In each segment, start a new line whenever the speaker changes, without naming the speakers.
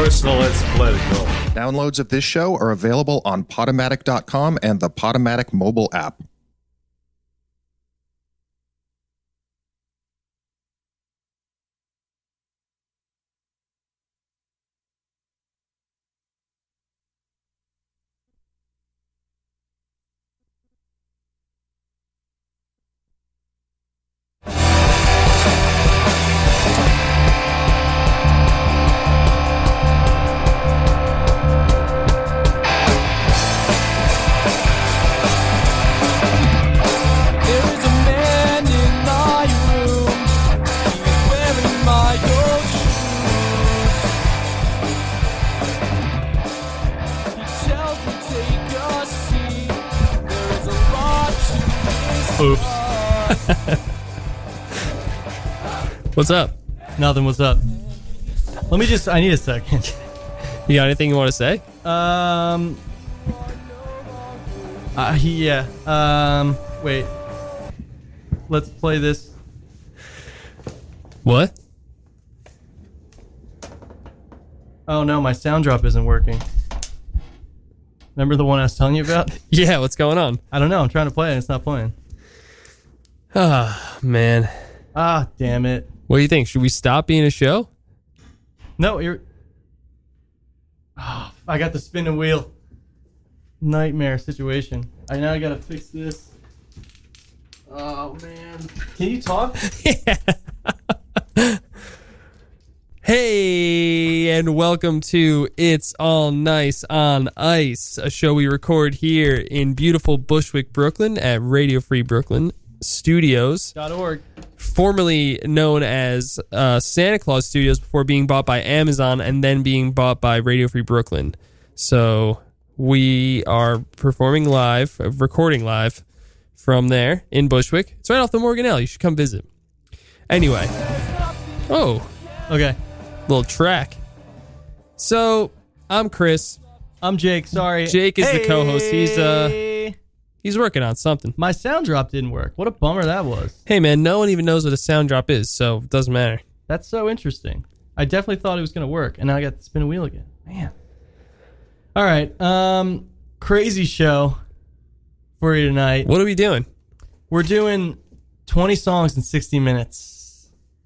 So let's let it go.
Downloads of this show are available on Potomatic.com and the Potomatic mobile app.
There is a man in my room. He is wearing my old shoes. He tells me take a seat. There is a lot to this
Oops.
bar.
What's up?
Nothing. What's up? Let me just. I need a second.
You got anything you want to say?
Um. Uh, yeah. Um. Wait. Let's play this.
What?
Oh no, my sound drop isn't working. Remember the one I was telling you about?
Yeah, what's going on?
I don't know. I'm trying to play it. and It's not playing.
Ah, man.
Ah, damn it.
What do you think? Should we stop being a show?
No, you're. Ah, I got the spinning wheel. Nightmare situation. I now gotta fix this. Oh man. Can you talk?
Hey, and welcome to It's All Nice on Ice, a show we record here in beautiful Bushwick, Brooklyn at Radio Free Brooklyn Studios,
Dot org.
formerly known as uh, Santa Claus Studios before being bought by Amazon and then being bought by Radio Free Brooklyn. So we are performing live, uh, recording live from there in Bushwick. It's right off the Morgan L. You should come visit. Anyway. Oh,
Okay.
little track. So I'm Chris.
I'm Jake. Sorry.
Jake is the co-host. He's, uh,
Hey.
He's working on something.
My sound drop didn't work. What a bummer that was.
Hey man, no one even knows what a sound drop is, so it doesn't matter.
That's so interesting. I definitely thought it was going to work, and now I got to spin a wheel again. Man. All right. Um, crazy show for you tonight.
What are we doing?
We're doing 20 songs in 60 minutes.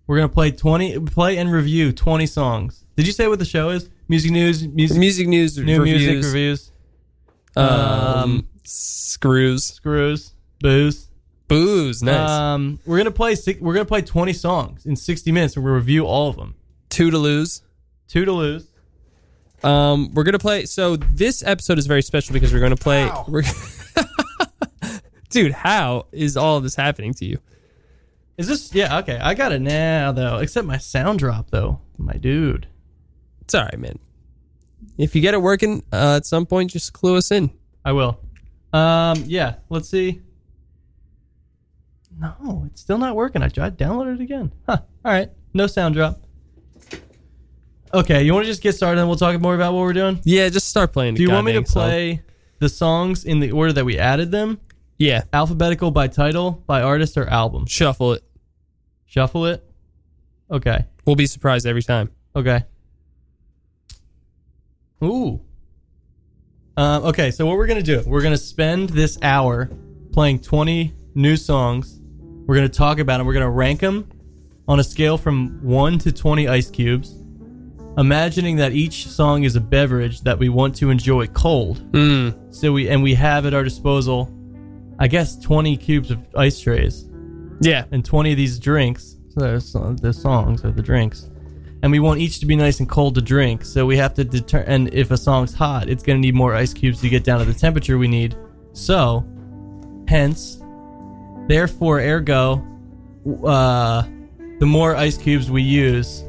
We're gonna play 20, play and review 20 songs. Did you say what the show is? Music news, music,
Music news,
new
reviews,
music reviews, um,
um, screws,
screws, booze.
booze. Nice.
Um, we're gonna play. six- We're gonna play 20 songs in 60 minutes, and we'll review all of them.
Two to lose.
Two to lose.
Um, we're gonna play. So this episode is very special because we're gonna play. We're, dude, how is all of this happening to you?
Is this? Yeah. Okay. I got it now though. Except my sound drop though. My dude.
It's all right, man. If you get it working uh, at some point, just clue us in.
I will. Um, yeah, let's see. No, it's still not working. I tried to download it again. Huh. All right. No sound drop. Okay, you want to just get started and we'll talk more about what we're doing?
Yeah, just start playing. the
Do you want me to
goddamn song.
play the songs in the order that we added them?
Yeah,
Alphabetical by title, by artist, or album?
shuffle it.
Shuffle it. Okay.
We'll be surprised every time.
Okay. Ooh. Um, okay, so what we're gonna do? We're gonna spend this hour playing 20 new songs. We're gonna talk about them. We're gonna rank them on a scale from one to 20 ice cubes, imagining that each song is a beverage that we want to enjoy cold.
Mm.
So we and we have at our disposal, I guess, 20 cubes of ice trays
Yeah.
and 20 of these drinks. So there's uh, the songs are the drinks. And we want each to be nice and cold to drink. So we have to determine and if a song's hot, it's going to need more ice cubes to get down to the temperature we need. So, hence, therefore, ergo, uh, the more ice cubes we use,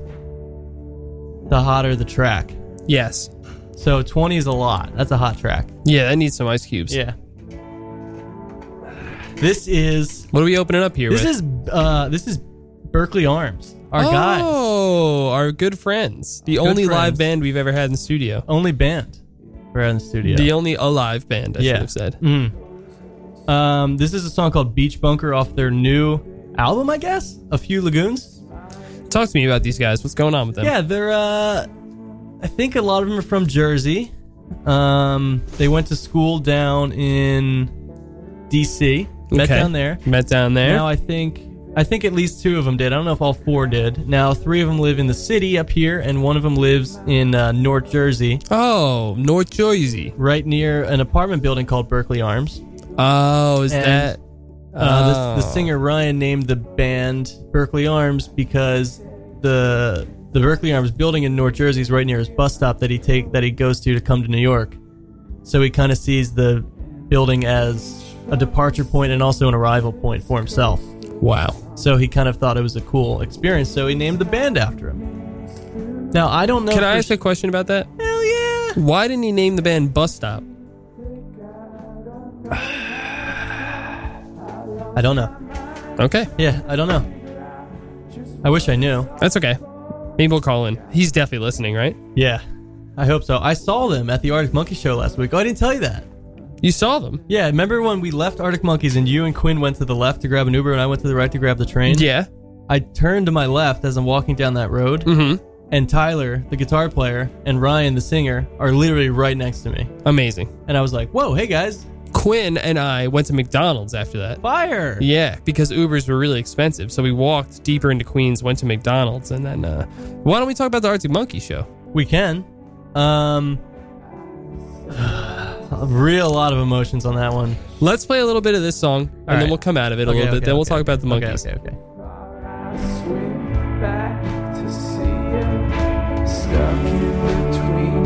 the hotter the track.
Yes.
So 20 is a lot. That's a hot track.
Yeah, that needs some ice cubes.
Yeah. This is
What are we opening up here
This
with?
is uh, this is Berkeley Arms, our
oh,
guys,
our good friends. The
Good
only live
friends.
band we've ever had in the studio.
only band we're in the studio.
The only alive band, I
Yeah.
should have said.
Mm. Um, this is a song called Beach Bunker off their new album, I guess. A few lagoons.
Um, Talk to me about these guys. What's going on with them?
Yeah, they're uh, I think a lot of them are from Jersey. Um, they went to school down in D.C. Met
Okay.
down there.
Met down there.
Now I think I think at least two of them did. I don't know if all four did. Now three of them live in the city up here, and one of them lives in uh, North Jersey,
oh, North Jersey.
right near an apartment building called Berkeley Arms.
Oh, is
And-
that?
Uh, the, the
Oh.
singer Ryan named the band Berkeley Arms because the the Berkeley Arms building in North Jersey is right near his bus stop that he take that he goes to to come to New York. So he kind of sees the building as a departure point and also an arrival point for himself.
Wow.
So he kind of thought it was a cool experience. So he named the band after him. Now I don't know.
Can
if
I
there's-
ask a question about that?
Hell yeah!
Why didn't he name the band Bus Stop?
I don't know.
Okay,
Yeah, I don't know. I wish I knew.
that's okay. Maybe we'll call in. He's definitely listening, right?
Yeah, I hope so. I saw them at the Arctic Monkey Show last week. Oh, I didn't tell you that.
You saw them.
Yeah, remember when we left Arctic Monkeys and you and Quinn went to the left to grab an Uber and I went to the right to grab the train?
Yeah.
I turned to my left as I'm walking down that road,
Mm-hmm.
and Tyler, the guitar player, and Ryan, the singer, are literally right next to me.
Amazing.
And I was like, whoa, hey guys,
Quinn and I went to McDonald's after that.
fire!
Yeah, because Ubers were really expensive, so we walked deeper into Queens, went to McDonald's, and then uh, why don't we talk about the Arctic Monkey show?
We can. Um, a real lot of emotions on that one.
Let's play a little bit of this song, and
All right.
then we'll come out of it a
Okay,
little bit.
okay,
Then we'll
okay.
talk about the
Okay,
monkeys.
okay, okay.
swim back to see you stuck in between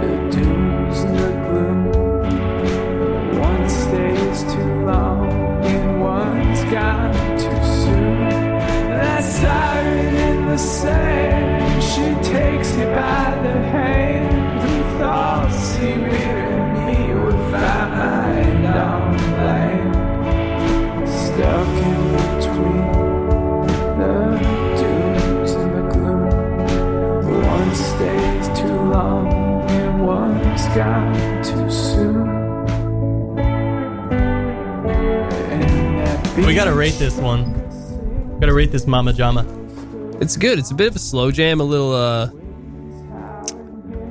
the do's and the gloom. One stays too long and one's gone too soon. That siren in the sand, she takes me by the hand and thoughts she mirrored me with our mind on land. Stuck in between. The dunes and the gloom. One stays too long and one's gone too soon. And that
We gotta rate this one. Gotta rate this Mama Jama.
It's good. It's a bit of a slow jam, a little uh,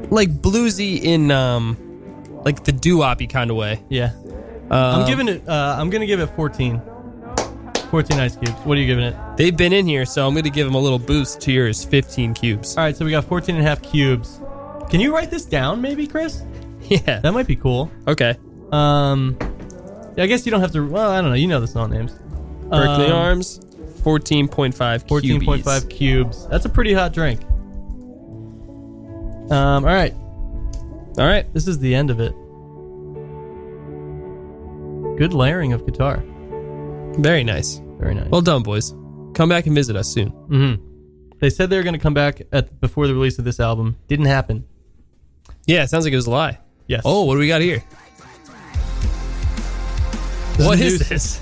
like bluesy in um, like the doo-wop kind of way.
Yeah.
Um,
I'm giving it. Uh, I'm gonna give it 14. 14 ice cubes. What are you giving it? All
They've been in here, so I'm going to give them a little boost to yours. 15 cubes.
right, so we got 14 and a half cubes. Can you write this down, maybe, Chris?
Yeah.
That might be cool.
Okay.
Um, yeah, I guess you don't have to. Well, I don't know. You know the song names.
Berkeley
Um,
Arms, 14.5
14.5
cubies.
cubes. That's a pretty hot drink. Um, all right,
All right.
this is the end of it. Good layering of guitar.
Very nice.
Very nice.
Well done, boys. Come back and visit us soon.
hmm They said they were going to come back at before the release of this album. Didn't happen.
Yeah, it sounds like it was a lie.
Yes.
Oh, what do we got here?
is
What
new-
is this?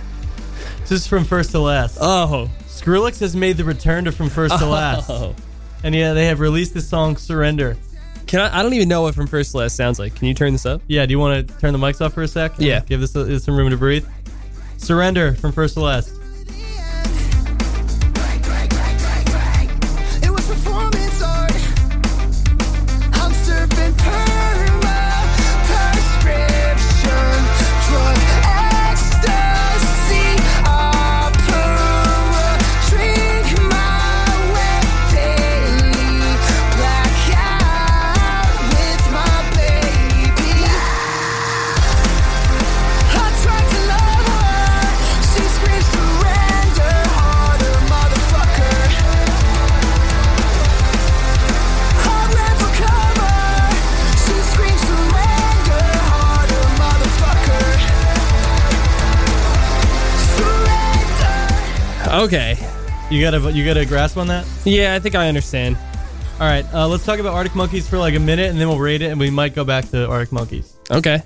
this is from first to last.
Oh.
Skrillex has made the return to From First to Last,
Oh.
and yeah, they have released the song "Surrender."
Can I, I don't even know what from first to last sounds like. Can you turn this up?
Yeah, do you want to turn the mics off for a sec?
Yeah.
give this a, some room to breathe. "Surrender" from First to Last.
It was performance art. I'm serving perma prescription drug ecstasy. Opera drink my wet daily blackout with my baby. I tried to love her. She screams surrender, harder, motherfucker. I ran for cover. She screams surrender, harder, motherfucker. Surrender.
Okay.
You got a you got a grasp on that?
Yeah, I think I understand.
All right, uh, let's talk about Arctic Monkeys for like a minute, and then we'll rate it, and we might go back to Arctic Monkeys.
Okay.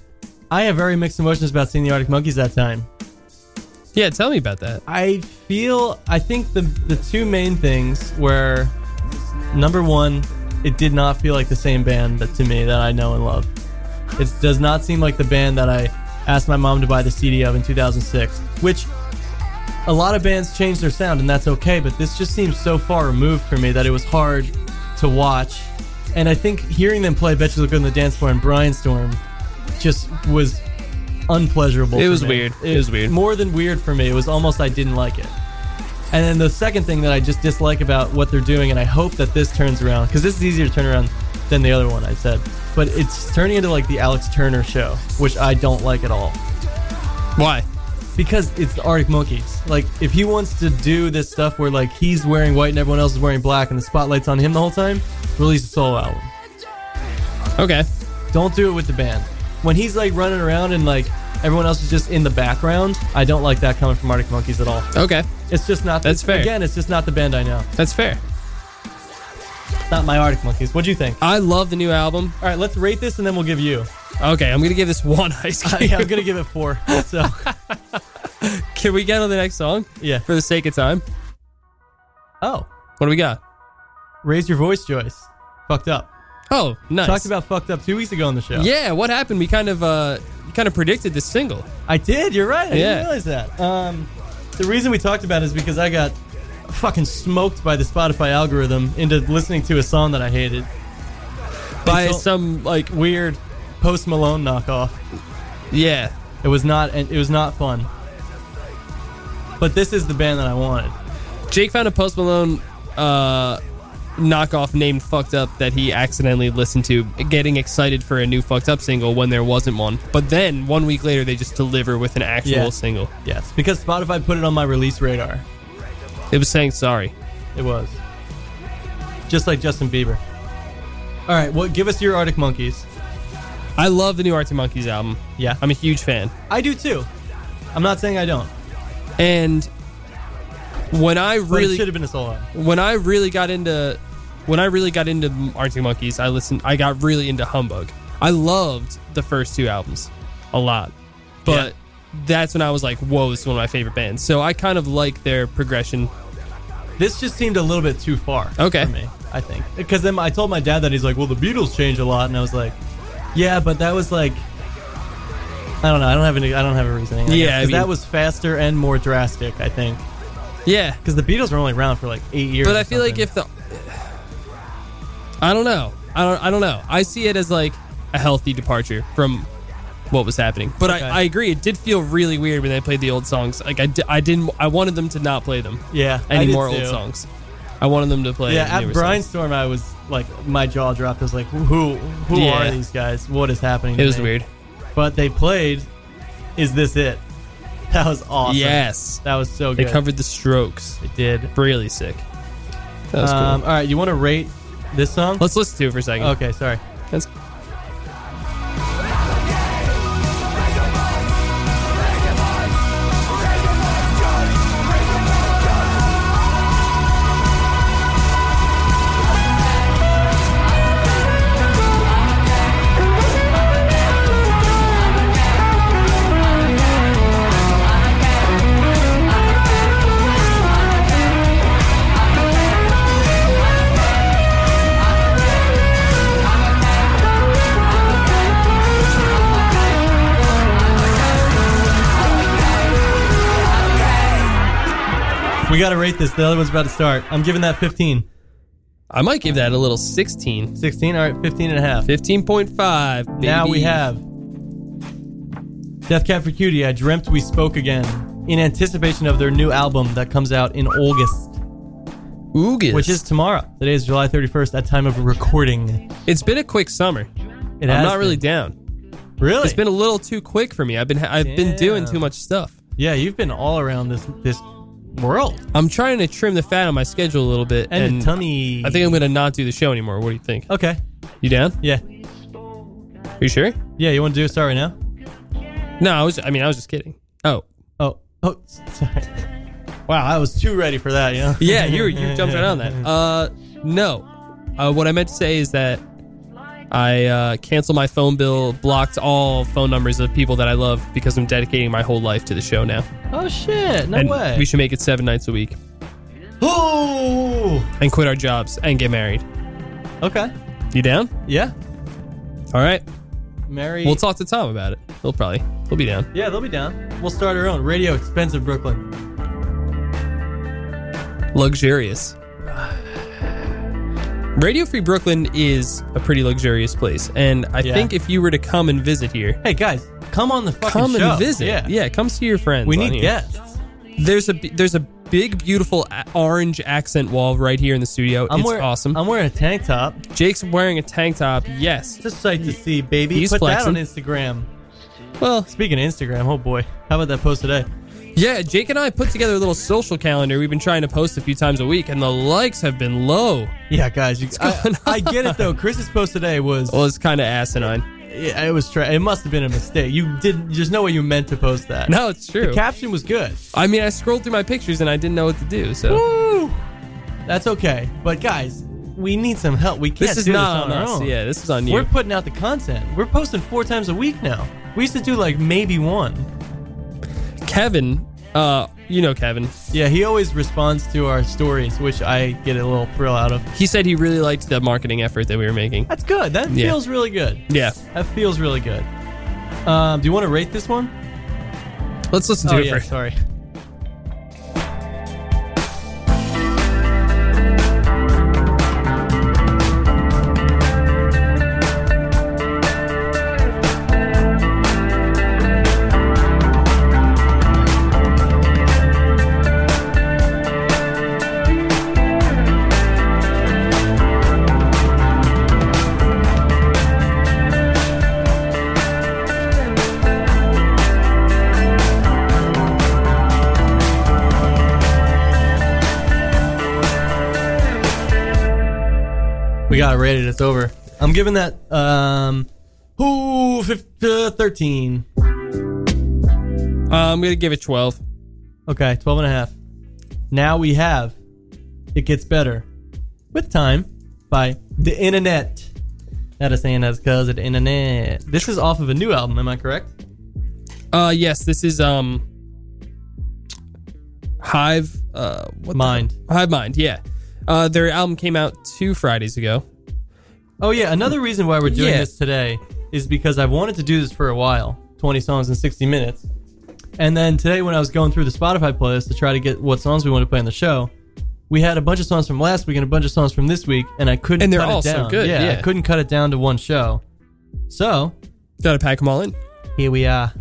I have very mixed emotions about seeing the Arctic Monkeys that time.
Yeah, tell me about that.
I feel I think the the two main things were number one, it did not feel like the same band that to me that I know and love. It does not seem like the band that I asked my mom to buy the CD of in 2006, which a lot of bands change their sound and that's okay, but this just seems so far removed for me that it was hard to watch And I think hearing them play "Bet You Look Good on the Dance Floor" and "Brian Storm" just was unpleasurable.
It
for
was
me.
weird. It was weird.
More than weird for me. It was almost I didn't like it. And then the second thing that I just dislike about what they're doing, and I hope that this turns around because this is easier to turn around than the other one I said. But it's turning into like the Alex Turner show, which I don't like at all
Why?
because it's the Arctic Monkeys. Like, if he wants to do this stuff where like he's wearing white and everyone else is wearing black and the spotlight's on him the whole time, release a solo album.
Okay.
Don't do it with the band. When he's like running around and like everyone else is just in the background, I don't like that coming from Arctic Monkeys at all.
Okay.
It's just not.
That's fair.
Again, it's just not the band I know.
That's fair.
It's not my Arctic Monkeys. What do you think?
I love the new album.
All right, let's rate this and then we'll give you.
Okay, I'm gonna give this one ice cube.
yeah, I'm gonna give it four. So
Can we get on the next song
yeah.
for the sake of time?
Oh,
What do we got?
raise your voice, Joyce. Fucked up.
Oh, nice.
Talked about fucked up two weeks ago on the show.
yeah. What happened? We kind of uh, kind of predicted this single.
I did. You're right. I
Yeah.
didn't realize that. Um, the reason we talked about it is because I got fucking smoked by the Spotify algorithm into listening to a song that I hated.
by
It's all-
some like
weird Post Malone knockoff.
yeah.
It was not. and It was not fun. But this is the band that I wanted.
Jake found a Post Malone uh, knockoff named "Fucked Up" that he accidentally listened to, getting excited for a new "Fucked Up" single when there wasn't one. But then one week later, they just deliver with an actual
Yeah.
single.
Yes, because Spotify put it on my release radar.
It was saying sorry.
It was just like Justin Bieber. All right. Well, give us your Arctic Monkeys.
I love the new Arctic Monkeys album.
Yeah,
I'm a huge fan.
I do too. I'm not saying I don't.
And when I
But it
really
should have been a solo. album.
when I really got into when I really got into Arctic Monkeys, I listened. I got really into Humbug. I loved the first two albums a lot, but that's when I was like, "Whoa, this is one of my favorite bands." So I kind of like their progression.
This just seemed a little bit too far.
Okay.
For me, I think. Because then I told my dad that he's like, well, the Beatles change a lot. And I was like, yeah, but that was like. I don't know. I don't have any. I don't have a reasoning. I
Yeah,
guess,
I
'cause that
mean-
was faster and more drastic. I think
Yeah,
because the Beatles were only around for like eight years.
but
or
I feel like
something.
if the I don't know, I don't, I don't know. I see it as like a healthy departure from what was happening. But
Okay.
I, I agree, it did feel really weird when they played the old songs. Like I, di- I didn't, I wanted them to not play them.
yeah, I
any
did
more old
too.
songs. I wanted them to play.
Yeah, at
newer
Brainstorm,
songs.
I was like, my jaw dropped. I was like, who, who
Yeah.
are these guys? What is happening?
It
to
was
me?
weird.
But they played. Is this it? That was awesome.
Yes,
that was so
they
good.
covered the Strokes.
They did.
Really sick. That was
um,
cool.
All right, you want to rate this song?
Let's listen to it for a second.
okay, sorry.
That's-
We got to rate this. The other one's about to start. I'm giving that 15.
I might give that a little 16.
16? All right, 15 and a half.
15.5.
Now we
baby.
have Death Cab for Cutie. I dreamt we spoke again in anticipation of their new album that comes out in August,
Oogus.
which is tomorrow. Today is July 31st at time of recording.
it's been a quick summer.
It
I'm
has
not really
been.
down.
really.
It's been a little too quick for me. I've been ha- I've been doing
Damn.
too much stuff.
yeah, you've been all around this this world
I'm trying to trim the fat on my schedule a little bit,
and,
and,
the tummy.
I think I'm gonna not do the show anymore. What do you think?
okay.
You down?
Yeah,
Are you sure?
yeah. You want to do a start right now?
No, I was. I mean, I was just kidding. Oh,
Oh, oh, s- sorry. Wow, I was too ready for that. Yeah.
Yeah, you you jumped right on that. Uh, no, uh, what I meant to say is that I uh, canceled my phone bill, blocked all phone numbers of people that I love because I'm dedicating my whole life to the show now.
Oh shit! No
and
way.
we should make it seven nights a week
oh.
and quit our jobs and get married.
Okay.
You down?
Yeah.
All right,
Mary.
we'll talk to Tom about it. He'll probably he'll be down.
Yeah, they'll be down. We'll start our own radio expensive Brooklyn.
Luxurious. Radio Free Brooklyn is a pretty luxurious place, and I
Yeah.
think if you were to come and visit here,
Hey guys, come on the fucking
come
show.
and visit.
Yeah,
come see your friends.
We
on
need
here.
guests.
There's a b- there's a big beautiful a- orange accent wall right here in the studio.
I'm
it's
wearing,
awesome.
I'm wearing a tank top.
Jake's wearing a tank top. Yes.
It's a sight to see, baby.
He's
Put
flexing.
that on Instagram.
Well,
Speaking of Instagram, oh boy, how about that post today?
yeah. Jake and I put together a little social calendar. We've been trying to post a few times a week, and the likes have been low.
Yeah, guys, you, I,
going
I get it though. Chris's post today was
Well, it's kind of asinine.
it, it was tra- it must have been a mistake. You didn't. There's no way you meant to post that.
No, it's true.
the caption was good.
I mean, I scrolled through my pictures and I didn't know what to do. So.
Woo! That's okay. But guys, we need some help. We can't
This is
do this
not
on,
on
our
us.
own.
Yeah, this is on you.
We're putting out the content. We're posting four times a week now. We used to do like maybe one.
Kevin, uh, you know Kevin.
Yeah, he always responds to our stories, which I get a little thrill out of.
He said he really liked the marketing effort that we were making.
That's good. That
Yeah.
feels really good.
Yeah,
That feels really good. Um, do you want to rate this one?
let's listen to
oh
it
yeah,
first.
sorry. We got it rated. It's over. I'm giving that um, ooh, fif- uh, 13.
Uh, I'm gonna give it 12.
Okay, 12 and a half. Now we have It Gets Better with Time by The Internet. That is saying that's because of the internet. This is off of a new album, am I correct?
Uh, yes, this is um, Hive. Uh, what
Mind.
The, Hive Mind. Yeah, uh, their album came out two Fridays ago.
Oh, yeah. Another reason why we're doing
Yeah.
this today is because I've wanted to do this for a while 20 songs in 60 minutes. And then today, when I was going through the Spotify playlist to try to get what songs we want to play on the show, we had a bunch of songs from last week and a bunch of songs from this week, and I couldn't
And they're
cut
all
it
so
down.
good,
I
yeah.
couldn't cut it down to one show. So
Gotta pack them all in.
Here we are.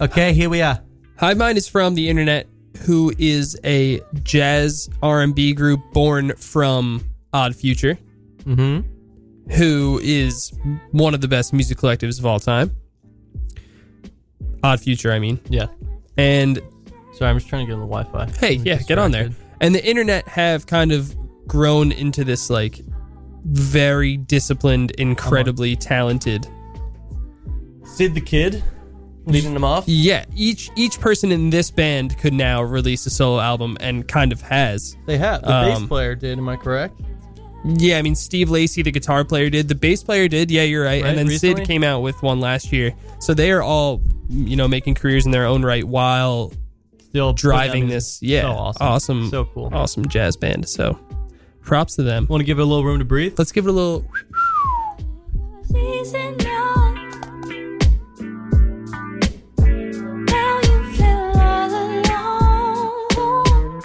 Okay, here we are.
Hive Mind is from the internet, who is a jazz R&B group born from Odd Future,
Mm-hmm.
who is one of the best music collectives of all time. Odd Future, I mean.
Yeah.
and
Sorry, I'm just trying to get on the Wi-Fi.
hey,
I'm
yeah, get on there.
distracted.
And the internet have kind of grown into this like very disciplined, incredibly talented.
Sid the Kid, leading them off.
Yeah, each each person in this band could now release a solo album and kind of has.
They have the bass
Um,
player did. Am I correct?
Yeah, I mean Steve Lacey, the guitar player, did. The bass player did. Yeah, you're right.
Right,
and then
recently?
Sid came out with one last year. So they are all you know making careers in their own right while
Still
driving this. Yeah,
So awesome.
awesome,
So cool.
awesome jazz band. So props to them.
Want to give it a little room to breathe?
Let's give it a little.
Sí, señor. Now you feel all alone.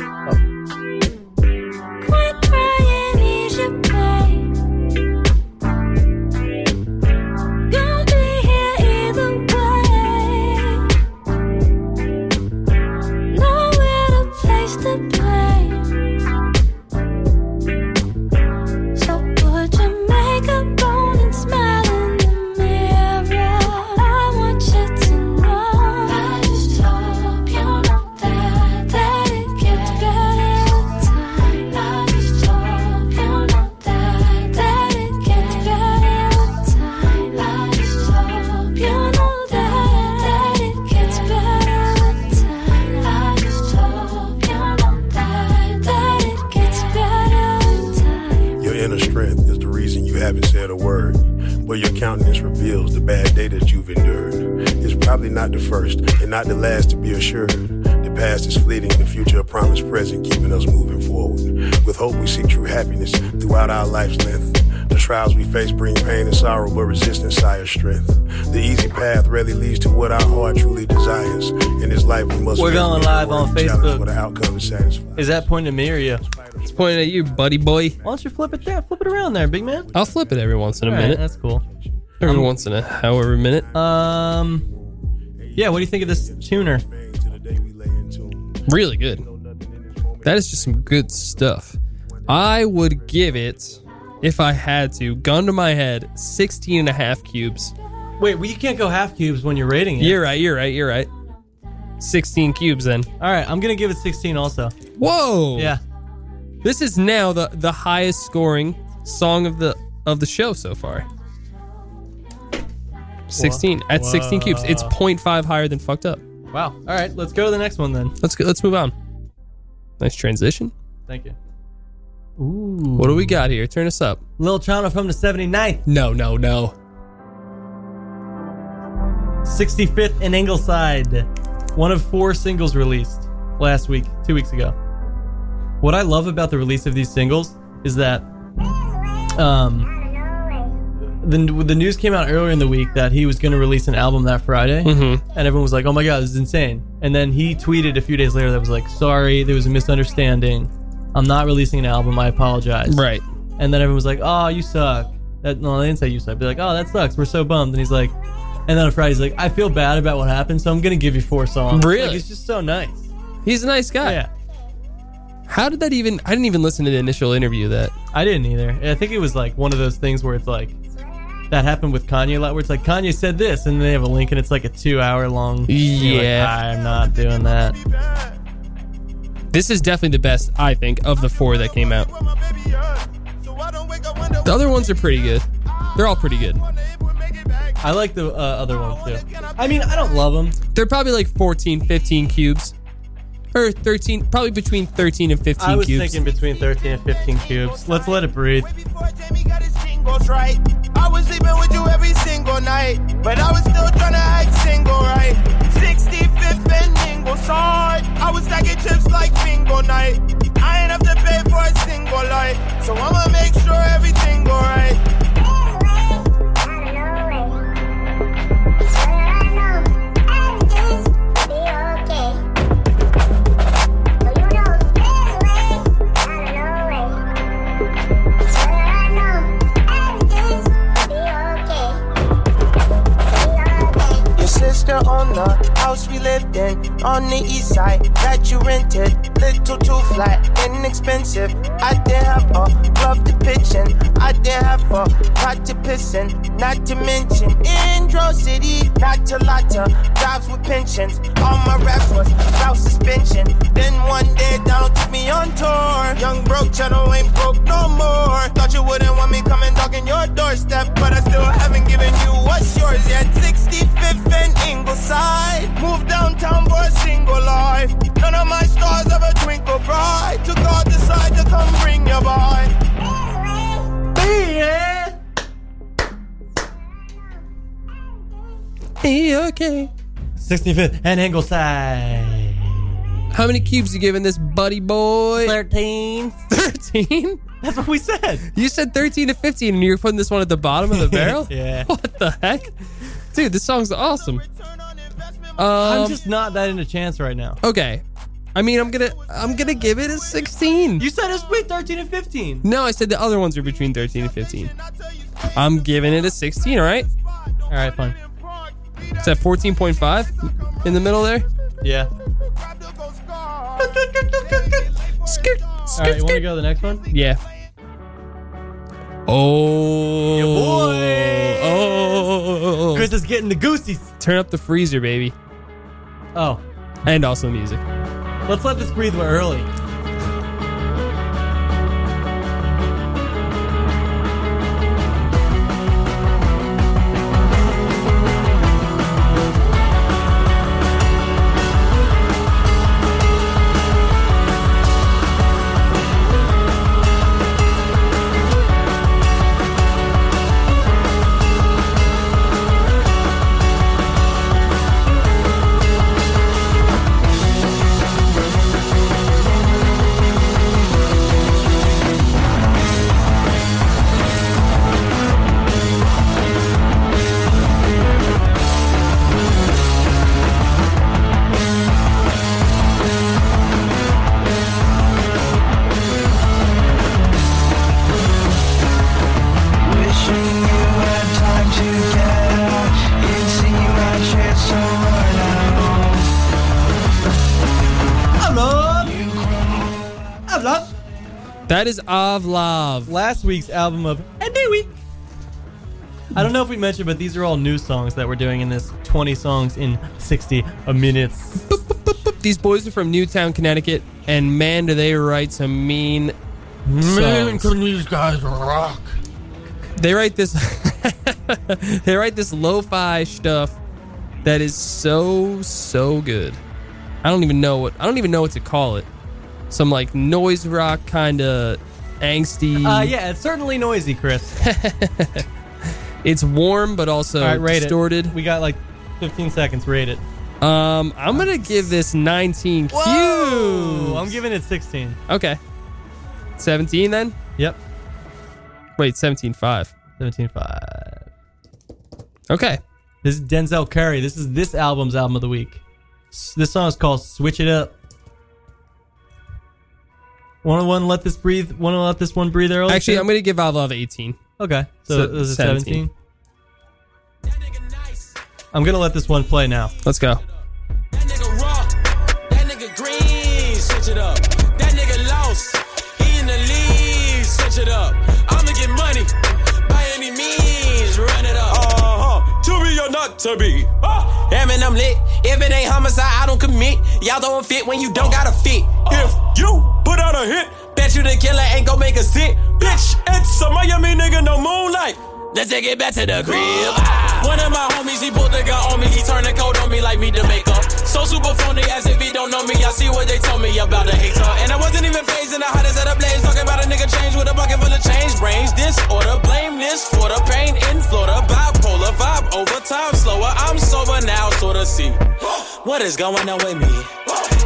Quit crying, ease your pain. You'll be here either way. Nowhere to place the blame. So put your makeup on and smile in the mirror. I want you to know. I just hope you know that that it gets better with time. I just hope you know that that it gets better with time. I just hope you know that that it gets better with time. I just hope you know that that it gets better with time.
Your inner strength is the reason you haven't said a word. But your countenance reveals the bad day that you've endured. It's probably not the first and not the last to be assured. The past is fleeting, the future a promised present, keeping us moving forward. With hope, we seek true happiness throughout our life's length. The trials we face bring pain and sorrow, but resistance sires strength. The easy path rarely leads to what our heart truly desires. In this life, we must
We're
face
going
major
live on
worries, challenge
Facebook.
For the outcome to satisfy.
Is that pointing to me or you?
Spider
It's pointing at you, buddy boy.
Why don't you flip it there? Flip it around there, big man.
I'll flip it every once in a
All right,
minute.
that's cool.
Every once in a however minute.
Um, yeah. What do you think of this tuner?
Really good. That is just some good stuff. I would give it, if I had to, gun to my head, 16 and a half cubes.
Wait, well, you can't go half cubes when you're rating it.
You're right, you're right, you're right. 16 cubes then.
All right, I'm gonna give it 16 also.
Whoa!
Yeah.
This is now the, the highest scoring song of the of the show so far. 16 at 16 cubes. It's 0.5 higher than fucked up.
Wow. All right, let's go to the next one then.
Let's go, let's move on. Nice transition.
Thank you. Ooh.
What do we got here? Turn us up.
Lil Chano from the 79th,
No, no, no.
65th in Ingleside. One of four singles released last week, two weeks ago. What I love about the release of these singles is that um, the, the news came out earlier in the week that he was going to release an album that Friday.
Mhm.
and everyone was like, "Oh my god, this is insane!" And then he tweeted a few days later that was like, "Sorry, there was a misunderstanding. I'm not releasing an album. I apologize."
Right.
And then everyone was like, "Oh, you suck." That no, they didn't say you suck. They're like, "Oh, that sucks. We're so bummed." And he's like, and then on Friday he's like, "I feel bad about what happened, so I'm gonna give you four songs."
Really?
Like, it's just so nice.
He's a nice guy.
Yeah.
How did that even? I didn't even listen to the initial interview. That
I didn't either. I think it was like one of those things where it's like. That happened with Kanye a lot, where it's like Kanye said this, and then they have a link, and it's like a two-hour-long.
Yeah.
I'm not doing that.
this is definitely the best I think of the four that came out. The other ones are pretty good. They're all pretty good.
I like the uh, other ones too. I mean, I don't love them.
They're probably like 14, 15 cubes, or 13, probably between 13 and 15
I was
cubes.
thinking between 13 and 15 cubes. Let's let it breathe.
Way before Jamie got his singles right. I was sleeping with you every single night, but I was still trying to act single, right? 65th and Ingleside. I was stacking chips like bingo night. I ain't have to pay for a single light, so I'ma make sure everything alright. Your sister on the house we lived in on the east side that you rented. Little too flat, inexpensive. I didn't have a glove to pitch in. I didn't have a pot to piss in. Not to mention Indro City, not to Lotta. Jobs with pensions. All my raps was without suspension. Then one day Donald took me on tour. Young broke channel ain't broke no more. Thought you wouldn't want me coming knocking your doorstep, but I still haven't given you what's yours yet. 65th and Ingleside. Moved downtown for a single life. None of my stars ever twinkle bright. Took all the side to come bring your boy.
Yeah.
okay.
65th and Ingleside.
How many cubes you giving this buddy boy?
13.
13?
That's what we said.
You said 13 to 15 and you're putting this one at the bottom of the barrel?
Yeah.
What the heck? Dude, this song's awesome.
Return on investment.
I'm
Um,
just not that into chance right now.
okay. I mean, I'm gonna I'm gonna give it a 16.
You said it's between 13 and 15.
No, I said the other ones are between 13 and 15.
I tell you, stay
I'm giving it a 16, all right?
All right, fine.
in park.
It's at 14.5 in the middle there.
Yeah.
Grab the ghost car.
All right,
Skirt, skirt,
you want to
skirt.
go to the next one?
Yeah. Oh.
boy.
Oh.
Chris is getting the goosies.
Turn up the freezer, baby.
Oh,
And also music.
let's let this breathe. We're early.
Why
That is Avlov.
last week's album of A New Week. I don't know if we mentioned, but these are all new songs that we're doing in this 20 songs in 60 minutes.
These boys are from Newtown, Connecticut, and man, do they write some mean. songs.
these guys rock?
they write this they write this lo-fi stuff that is so so good i don't even know what i don't even know what to call it some like noise rock kind of angsty
Uh, yeah, it's certainly noisy, Chris.
it's warm but also
All right, rate
distorted
it. We got like 15 seconds. Rate it.
um i'm gonna give this 19 cues
Whoa! I'm giving it 16.
okay 17 then
Yep,
wait 17 5
17.5.
okay
This is Denzel Curry. This is this album's album of the week. S- This song is called "Switch It Up." One on one, let this breathe. One on let this one breathe. Early.
actually i'm gonna give Avlov 18
Okay, so,
So,
it was a
17.
17. I'm gonna let this one play now.
let's go
That nigga raw, that nigga green, switch it up. That nigga lost, he in the lead, switch it up. I'ma get money by any means, run it up. Uh huh, to be or not to be. Ah. Yeah, man, I'm lit. If it ain't homicide, I don't commit. Y'all throwing fit when you don't gotta fit. Uh. If you put out a hit, bet you the killer ain't gon' make a sit. Bitch, it's a Miami nigga, no moonlight. Let's take it back to the crib. One of my homies, he pulled the gun on me. He turned the coat on me like me to make up. So super phony as if he don't know me. I see what they told me about the hater. And I wasn't even phasing the hottest at the blaze. Talking about a nigga change with a bucket full of change. Brains disorder, blame this for the pain in Florida. Bipolar vibe over time, slower. I'm sober now, sorta see. What is going on with me?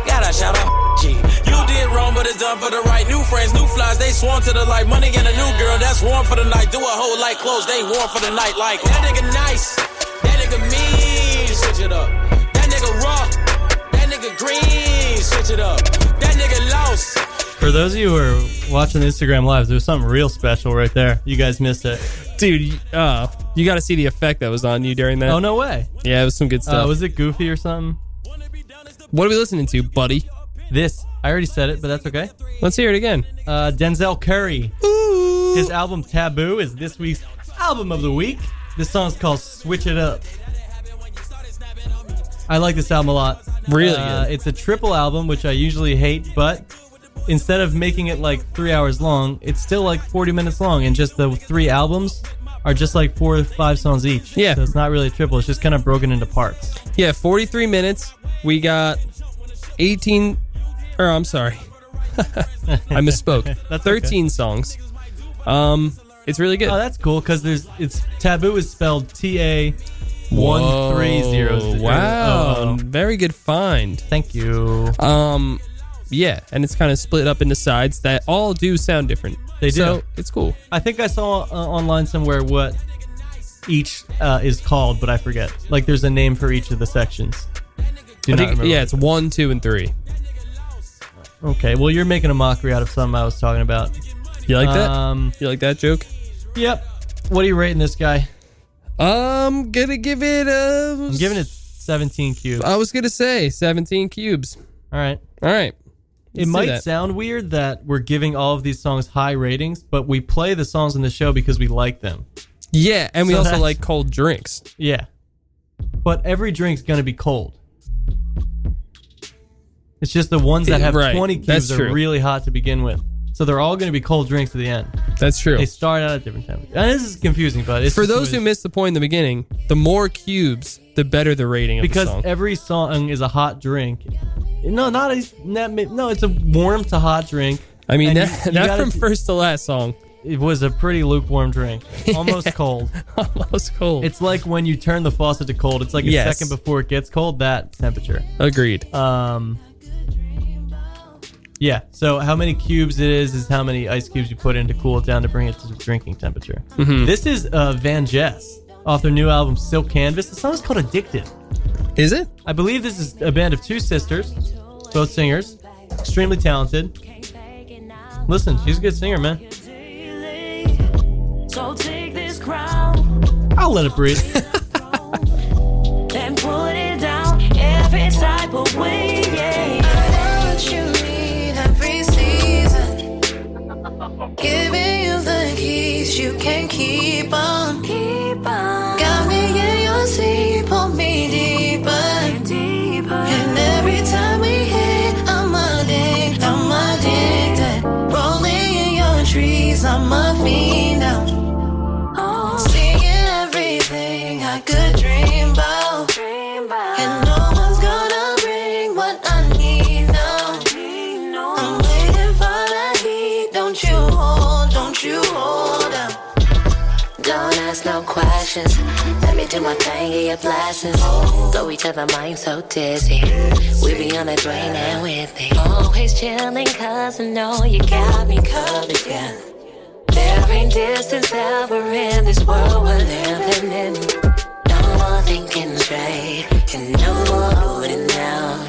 Gotta shout out G. You did wrong, but it's done for the right. New friends, new flies, they swarm to the light. Money and a new girl, that's warm for the night. Do a whole like clothes, they warm for the night. Like that nigga nice, that nigga mean, switch it up. That nigga raw, that nigga green, switch it up. That nigga lost.
For those of you who are watching the Instagram lives, there was something real special right there. You guys missed it.
dude you- uh you gotta see the effect that was on you during that
Oh no way!
yeah it was some good stuff
Uh, was it Goofy or something?
What are we listening to, buddy?
This I already said it, but that's okay.
Let's hear it again.
Uh, Denzel Curry. His album Taboo is this week's album of the week. This song's called Switch It Up. I like this album a lot.
Really
Uh,
good.
It's a triple album, which I usually hate, but instead of making it like three hours long, it's still like 40 minutes long, and just the three albums are just like four or five songs each.
Yeah.
So it's not really a triple, it's just kind of broken into parts.
Yeah, 43 minutes. We got 18, or I'm sorry, I misspoke.
That's
13 songs. Um, it's really good.
Oh, that's cool because there's it's Taboo is spelled T A one three zero
Whoa,
zero. Oh,
Wow,
oh.
very good find.
Thank you.
Um, yeah, and it's kind of split up into sides that all do sound different.
They do.
So it's cool.
I think I saw uh, online somewhere what each uh, is called, but I forget. Like, there's a name for each of the sections. Do
I
not
think-
remember.
yeah, it's one, two, and three.
Okay. Well, you're making a mockery out of something I was talking about.
You like
Um,
that? You like that joke?
Yep. What are you rating this guy?
I'm gonna give it a.
I'm giving it 17 cubes.
I was gonna say 17 cubes.
All right.
All right.
It
do
might
that.
sound weird that we're giving all of these songs high ratings, but we play the songs in the show because we like them.
Yeah, and we
So
also
that's-
like cold drinks.
Yeah. But every drink's going to be cold. It's just the ones that have
Eh, Right,
20
that's
cubes are
true.
really hot to begin with. So they're all going to be cold drinks at the end.
That's true.
They start out at different times. And this is confusing, but it's
For
just the
those
way
who
it is.
missed the point in the beginning, the more cubes, the better the rating of
because
the song.
every song is a hot drink. No, not a, not ma- no, it's a warm to hot drink.
I mean,
and
that,
you- you
that
gotta
from
do-
first to last song,
It was a pretty lukewarm drink, almost cold.
almost cold.
It's like when you turn the faucet to cold. It's like a
Yes.
second before it gets cold. That temperature.
Agreed.
Um, yeah. So how many cubes it is is how many ice cubes you put in to cool it down to bring it to drinking temperature. This is uh, Van Jess off their new album Silk Canvas. The song is called Addicted.
Is it?
I believe this is a band of two sisters, both singers, extremely talented. Listen, she's a good singer, man.
So take this crown
I'll let it breathe.
and put it down every type of way. Yeah.
I know what you need every season.
ask no questions. Let me do my thing, get your blessings. Throw each other minds so dizzy. We be on the drain and with me. Always chilling, cause I know you got me covered, yeah. There ain't distance ever in this world we're living in. No more thinking straight, and no more holding down.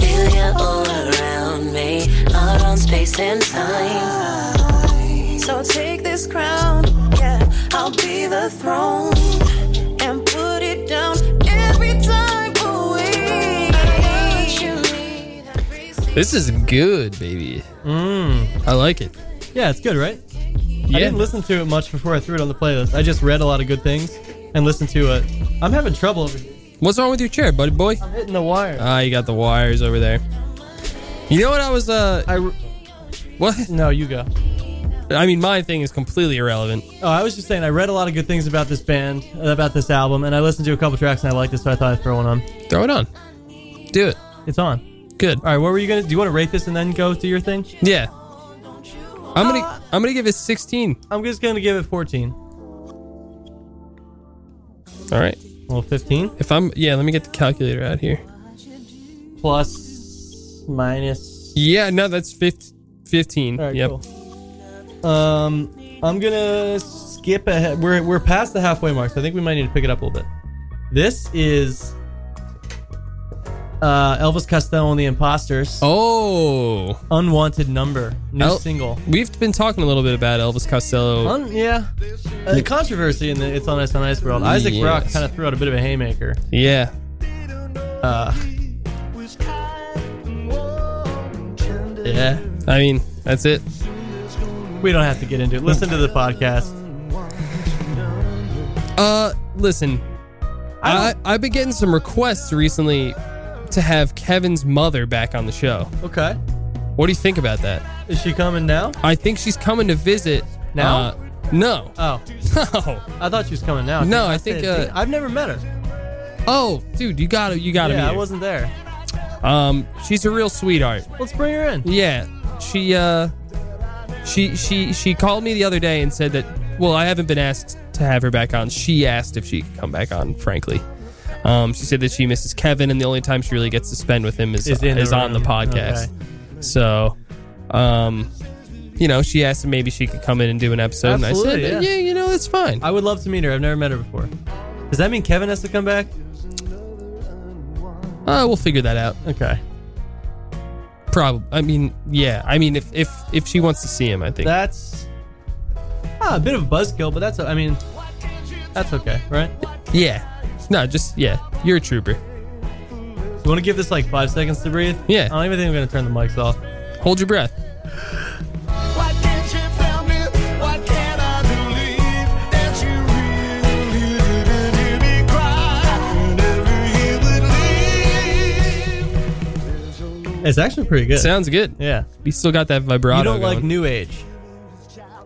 Feel you all around me, out on space and time.
So take this crown, yeah, I'll be the throne and put it down every time we.
This is good, baby. I like it.
Yeah, it's good, right?
Yeah.
I didn't listen to it much before I threw it on the playlist. I just read a lot of good things and listened to it. I'm having trouble over here.
What's wrong with your chair, buddy boy?
I'm hitting the wire.
Ah, you got the wires over there. You know what I was uh
I re-
what
no, you go.
I mean my thing is completely irrelevant.
Oh, I was just saying. I read a lot of good things about this band, about this album, and I listened to a couple tracks and I liked it, so I thought I'd throw one on.
Throw it on. Do it.
It's on.
Good.
All right, what were you gonna? Do you want to rate this and then go to your thing?
Yeah. I'm gonna I'm gonna give it 16.
I'm just gonna give it 14.
All right.
Well, 15
If I'm yeah, let me get the calculator out here.
plus minus.
Yeah, no, that's 15. 15.
All right,
yep.
cool. Um, I'm gonna skip ahead. We're we're past the halfway mark, so I think we might need to pick it up a little bit. This is uh, Elvis Costello and the Imposters.
Oh.
Unwanted Number, new
El-
single.
We've been talking a little bit about Elvis Costello.
Un- yeah, uh, controversy in the It's on Ice on Ice world. Isaac
Yes.
Rock kind of threw out a bit of a haymaker.
yeah.
Uh, yeah,
I mean, that's it.
we don't have to get into it. Listen to the podcast.
Uh, listen,
I
I, I've been getting some requests recently to have Kevin's mother back on the show.
Okay,
What do you think about that?
is she coming now?
I think she's coming to visit.
Now?
Uh, no.
Oh,
No.
I thought she was coming now.
No, I
said-
think, uh,
I've never met her.
Oh, dude, you gotta, you gotta
Yeah, I
meet her.
wasn't there.
um, she's a real sweetheart.
Let's bring her in.
Yeah, she, uh, she, she, she called me the other day and said that. Well, I haven't been asked to have her back on. She asked if she could come back on. Frankly, um, she said that she misses Kevin, and the only time she really gets to spend with him is
Is
is,
in the
on the
room.
podcast. So, um, you know, she asked if maybe she could come in and do an episode,
Absolutely,
and I said,
yeah.
yeah. you know, that's fine.
I would love to meet her. I've never met her before. Does that mean Kevin has to come back?
Uh, we'll figure that out.
Okay,
Probably. I mean, yeah. I mean, if if if she wants to see him, I think.
that's ah, a bit of a buzzkill, but that's I mean, that's okay, right?
yeah. No, just yeah. You're a trooper.
You want to give this like five seconds to breathe?
Yeah.
I don't even think I'm gonna turn the mics off.
Hold your breath.
Why can't you tell me? Why can't I believe that you really didn't hear me cry whenever you would leave?
It's actually pretty good.
Sounds good.
yeah.
You still got that vibrato.
You don't like
going.
new age.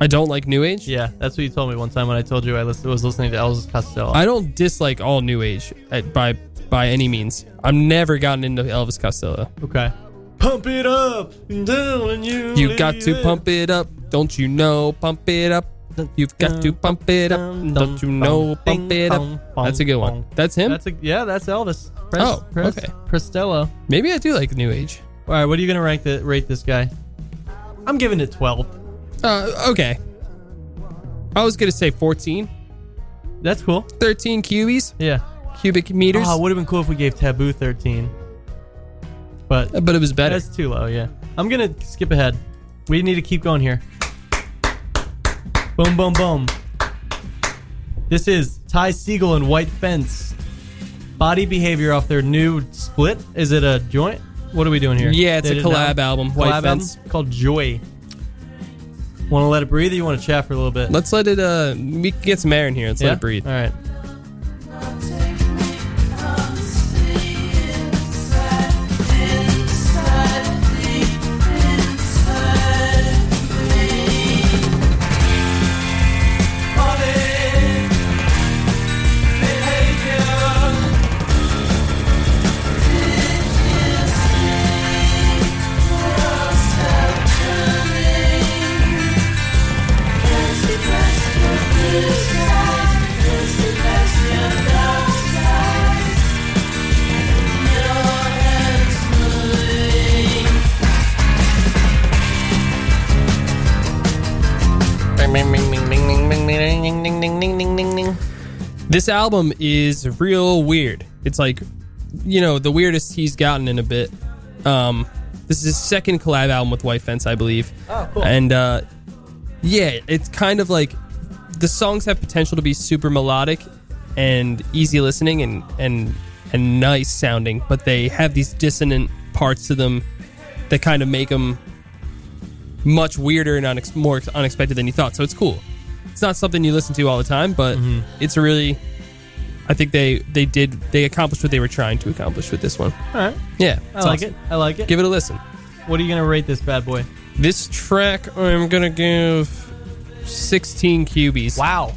I don't like new age.
Yeah, that's what you told me one time when I told you I lis- was listening to Elvis Costello.
I don't dislike all new age at, by by any means. I've never gotten into Elvis Costello.
okay. Pump it up, I'm telling you.
You got to
baby.
pump it up, don't you know? Pump it up. You've got to pump it up, don't you know? Pump it up. That's a good one. That's him.
That's a yeah. That's Elvis. Pres,
Oh,
Pres-
okay.
Prestello. All
Maybe I do like new age.
right, what are you gonna rank the rate this guy? I'm giving it twelve.
Uh, okay. I was gonna say 14,
That's cool.
13 cubies,
Yeah.
cubic meters,
Oh, it would have been cool if we gave Taboo thirteen, but
but it was better.
that's too low. Yeah. I'm gonna skip ahead. We need to keep going here. Boom, boom, boom. This is Ty Siegel and White Fence. Body behavior off their new split. Is it a joint? What are we doing here?
Yeah, it's
They
a
did an
collab album, White
collab album
Fence.
called Joy. Want to let it breathe, or you want to chat for a little bit?
Let's let it. Uh, we can get some air in here. Let's
Yeah?
let it breathe.
All right.
This album is real weird. It's like, you know, the weirdest he's gotten in a bit. Um, this is his second collab album with White Fence, I believe. Oh, cool. And uh, yeah, it's kind of like the songs have potential to be super melodic and easy listening and and and nice sounding, but they have these dissonant parts to them that kind of make them much weirder and unex- more unexpected than you thought. So it's cool. It's not something you listen to all the time, but it's a really. I think they they did they accomplished what they were trying to accomplish with this one.
All right.
Yeah,
I
it's
like
awesome.
it. I like it.
Give it a listen.
What are you gonna rate this bad boy?
This track I'm gonna give 16 cubies.
Wow.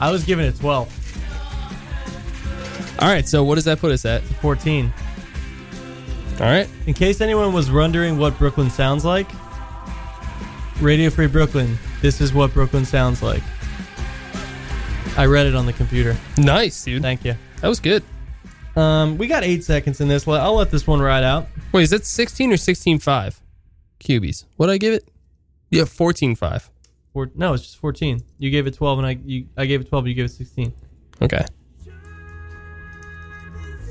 I was giving it 12.
All right, so what does that put us at?
14.
All right.
In case anyone was wondering what Brooklyn sounds like, Radio Free Brooklyn, this is what Brooklyn sounds like. I read it on the computer.
Nice, dude.
Thank you.
That was good.
Um, we got eight seconds in this. Let- I'll let this one ride out.
Wait, is that 16 or 16.5 cubies? What'd I give it? Yeah, 14.5.
Four, no, it's just 14. You gave it 12, and I you, I gave it 12. You gave it 16.
Okay.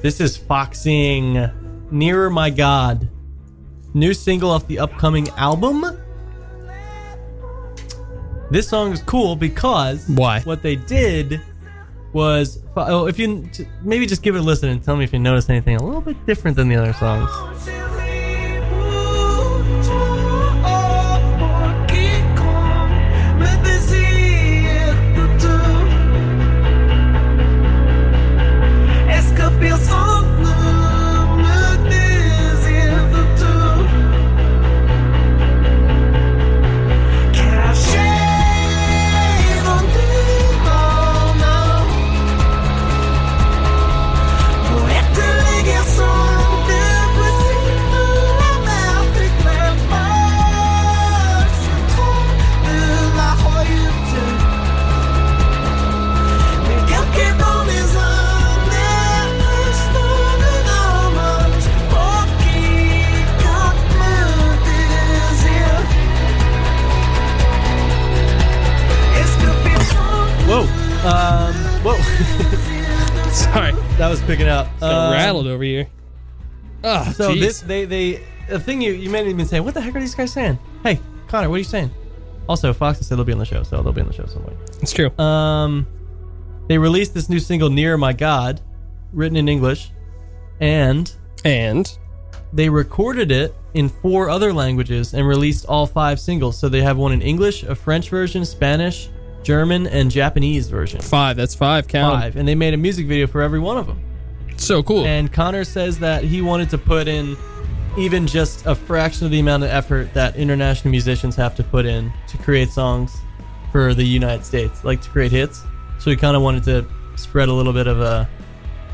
This is Foxing Nearer My God. New single off the upcoming album. This song is cool because
Why?
what they did was oh if you t- maybe just give it a listen and tell me if you notice anything a little bit different than the other songs.
Est-ce que personne ne me désire de tout Caché dans ton âme Pour être les garçons dépressifs La mer t'éclaire pas Je trouve de la royauté mais quelqu'un dans mes années, instant de romance, pour qui capte le désir. Est-ce que personne
Whoa, um, whoa,
Sorry.
that was picking up.
Got
Um,
rattled over here. Ah,
So
jeez.
this they they the thing you you may even say what the heck are these guys saying? Hey Connor, what are you saying? Also, Fox said they'll be on the show, so they'll be on the show somewhere.
It's true.
Um, they released this new single "Near My God," written in English, and
And
they recorded it in four other languages and released all five singles. So they have one in English, a French version, Spanish, German, and Japanese version.
five. That's five. Count. 'em.
Five, and they made a music video for every one of them.
So cool.
And Connor says that he wanted to put in even just a fraction of the amount of effort that international musicians have to put in to create songs for the United States, like to create hits. So he kind of wanted to spread a little bit of uh,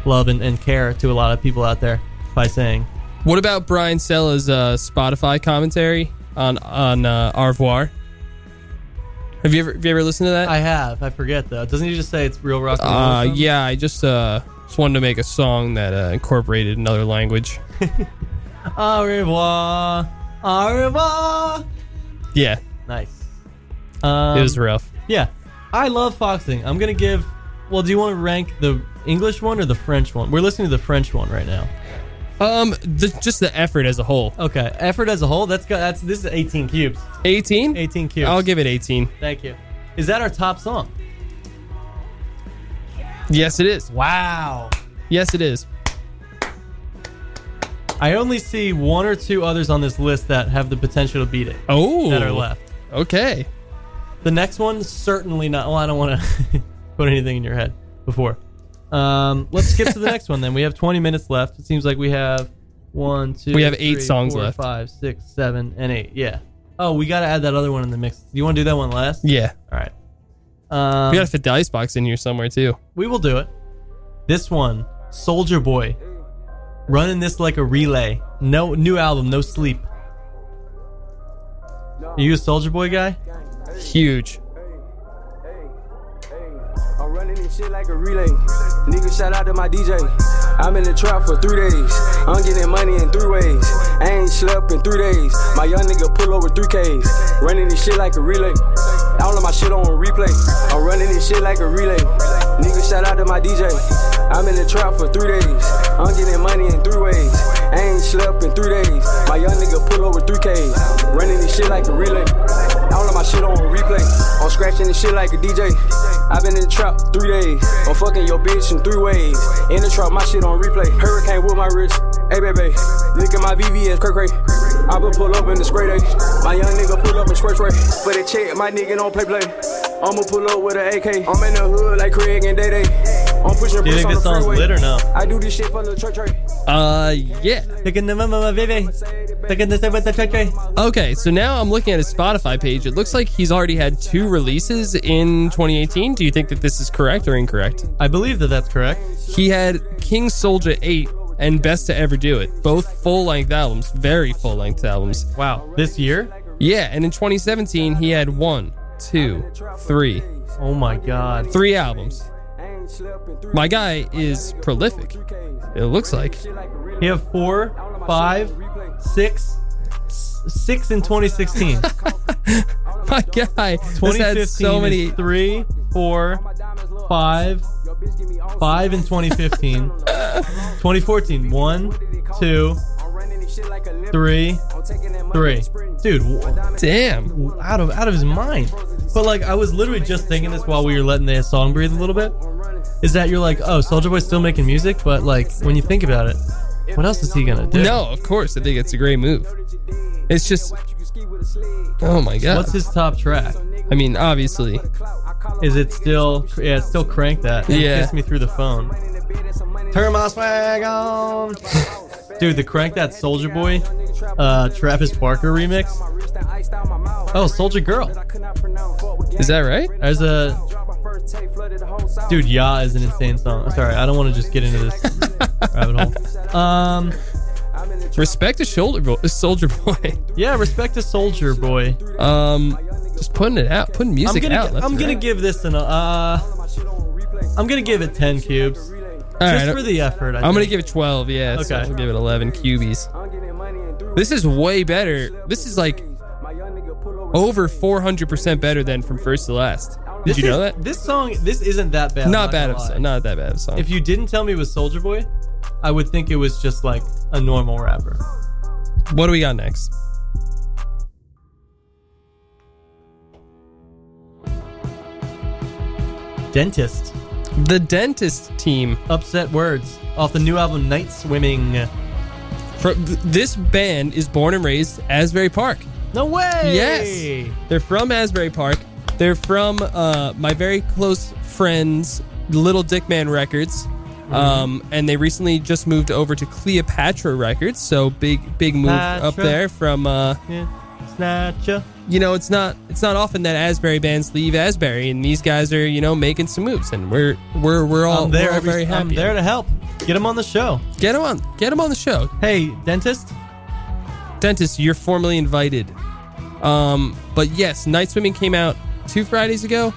love and, and care to a lot of people out there by saying,
what about Brian Sella's uh, Spotify commentary on on uh, Au revoir? Have you ever have you ever listened to that?
I have, I forget though. Doesn't he just say it's real rock and roll? or
Uh,
something?
yeah, I just uh just wanted to make a song that uh, incorporated another language.
Au revoir. Au revoir.
Yeah,
Nice. Um,
it was rough.
Yeah, I love foxing. I'm gonna give. Well, do you want to rank the English one or the French one? We're listening to the French one right now.
Um, the, just the effort as a whole.
Okay, effort as a whole. That's got. That's this is 18 cubes.
18?
18 cubes.
I'll give it 18.
Thank you. Is that our top song?
Yes, it is.
Wow.
Yes, it is.
I only see one or two others on this list that have the potential to beat it
Oh,
that are left.
Okay.
The next one certainly not. Well, I don't want to put anything in your head before. Um, let's skip to the next one then. We have 20 minutes left. It seems like we have one, two,
We have eight
three,
songs
four,
left.
five, six, seven, and eight. Yeah. Oh, we got to add that other one in the mix. You want to do that one last?
Yeah,
All right. Um,
we gotta fit the icebox in here somewhere too.
we will do it. This one, Soldier Boy, running this like a relay. No new album, no sleep. Are you a Soldier Boy guy?
Huge.
I'm running this shit like a relay. Nigga, shout out to my DJ. I'm in the trap for three days. I'm getting money in three ways. I ain't slept in three days. My young nigga pull over three Ks. Running this shit like a relay. All of my shit on replay. I'm running this shit like a relay. Nigga, shout out to my DJ. I'm in the trap for three days. I'm getting money in three ways. I ain't slept in three days. My young nigga pull over 3Ks. Running this shit like a relay. All of my shit on replay. I'm scratching this shit like a DJ. I've been in the trap three days. I'm fucking your bitch in three ways. In the trap, my shit on replay. Hurricane with my wrist. Hey, baby. Licking my VVS, cray cray. I been pull up in the spray day. My young nigga pull up in spray spray. For the check, my nigga don't play play. I'ma pull up with an AK. I'm in the hood like Craig and Day Day. I'm pushing
Do you
bricks
think
on
this
the
song's
freeway.
lit or no?
I do this shit for the church.
Uh, yeah.
Taking the mama, baby. Taking the with the track, track.
Okay, so now I'm looking at his Spotify page. It looks like he's already had two releases in 2018. Do you think that this is correct or incorrect?
I believe that that's correct.
He had King Soldier 8 and Best to Ever Do It, both full length albums, very full length albums.
Wow. This year?
Yeah, and in 2017, he had one, two, three,
Oh my god.
three albums. My guy is prolific, it looks like.
He have four, five, six, s- six in 2016.
My guy has
2015
had so many.
is three, four, five, five in 2015. 2014, one, two, three, three. Dude, w-
Damn.
out of out of his mind. But like, I was literally just thinking this while we were letting the song breathe a little bit. Is that you're like, oh, Soldier Boy's still making music, but like, when you think about it, what else is he gonna do?
No, of course. I think it's a great move. It's just. Oh my god.
What's his top track?
I mean, obviously.
Is it still? Yeah, it's still crank that. And
Yeah.
Kiss me through the phone. Turn my swag on. Dude, the crank that Soldier Boy, uh, Travis Barker remix. Oh, Soldier Girl.
Is that right?
There's a dude. Ya is an insane song. Sorry, I don't want to just get into this rabbit hole. Um,
Respect to shoulder bo- soldier boy.
yeah, respect to Soldier Boy.
Um, just putting it out, putting
I'm
music
gonna,
out. left
I'm
and
gonna
right.
give this an uh, I'm gonna give it ten cubes
All
just
right,
for the effort. I
I'm gonna
think.
give it 12. Yeah. Okay. So
Okay.
I'll give it 11 cubies. This is way better. This is like over 400 percent better than from first to last. Did
This
you know
is-
that?
This song, this isn't that bad. I'm
Not bad
gonna
of a
lie.
song. Not that bad of a song.
If you didn't tell me it was Soldier Boy, I would think it was just like a normal rapper.
what do we got next?
Dentist.
The dentist team.
Upset words off the new album Night Swimming.
Fro- th- This band is born and raised Asbury Park.
No way.
Yes. They're from Asbury Park. They're from uh, my very close friend's Little Dick Man Records.
Mm-hmm.
Um, and they recently just moved over to Cleopatra Records. So big, big move up
Patra.
there from, uh,
Yeah. Snatcha.
you know, it's not, it's not often that Asbury bands leave Asbury and these guys are, you know, making some moves and we're, we're, we're all,
I'm there.
we're all
every-
very
I'm
happy.
there to help. Get him on the show.
Get them on, get them on the show.
Hey, dentist.
Dentist, you're formally invited. Um, but yes, Night Swimming came out two Fridays ago.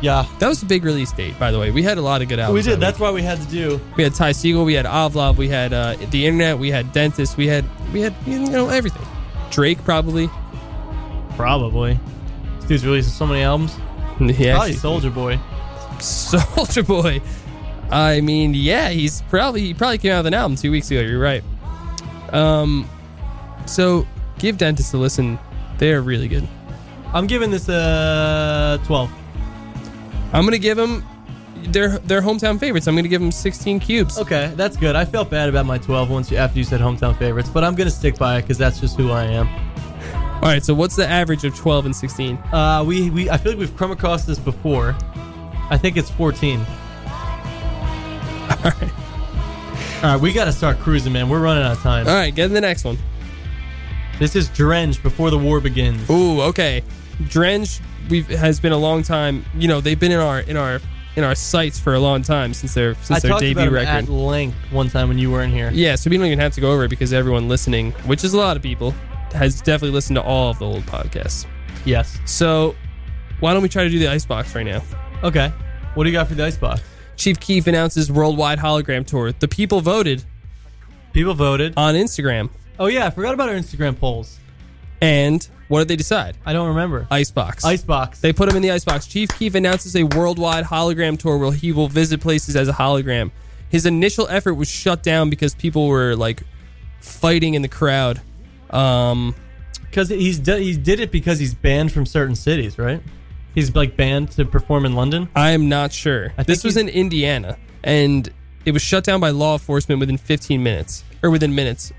Yeah.
That was a big release date, by the way. We had a lot of good albums.
We did.
that
That's why we had to do.
week. we had Ty Siegel, we had Avlov, we had uh, the Internet, we had Dentist, we had we had you know everything. Drake probably.
Probably. This dude's released so many albums. Probably
Yeah,
Soldier Boy.
Soldier Boy. I mean, yeah, he's probably he probably came out with an album two weeks ago. You're right. Um, so give Dentist a listen. They're really good.
I'm giving this uh, a 12.
I'm gonna give them their their hometown favorites. I'm gonna give them 16 cubes.
Okay, that's good. I felt bad about my 12 once you, after you said hometown favorites, but I'm gonna stick by it because that's just who I am.
All right. So what's the average of 12 and 16?
Uh, we, we I feel like we've come across this before. I think it's 14. All right. All right, we gotta start cruising, man. We're running out of time.
All right. Get in the next one.
This is Drench before the war begins.
Ooh, okay. Drench we've has been a long time. You know, they've been in our in our in our sights for a long time since their since
I
their
talked
debut
about him
record.
at length one time when you weren't here.
yeah, so we don't even have to go over it because everyone listening, which is a lot of people, has definitely listened to all of the old podcasts.
Yes.
So why don't we try to do the icebox right now?
Okay. What do you got for the icebox?
Chief Keef announces worldwide hologram tour. The people voted
People voted.
on Instagram.
Oh yeah, I forgot about our Instagram polls.
And what did they decide?
I don't remember.
Icebox.
Icebox.
They put him in the icebox. Chief Keef announces a worldwide hologram tour where he will visit places as a hologram. His initial effort was shut down because people were like fighting in the crowd. Um,
Because he's d- he did it because he's banned from certain cities, right? He's like banned to perform in London.
I am not sure.
think
This was
he's-
in Indiana, and it was shut down by law enforcement within 15 minutes or within minutes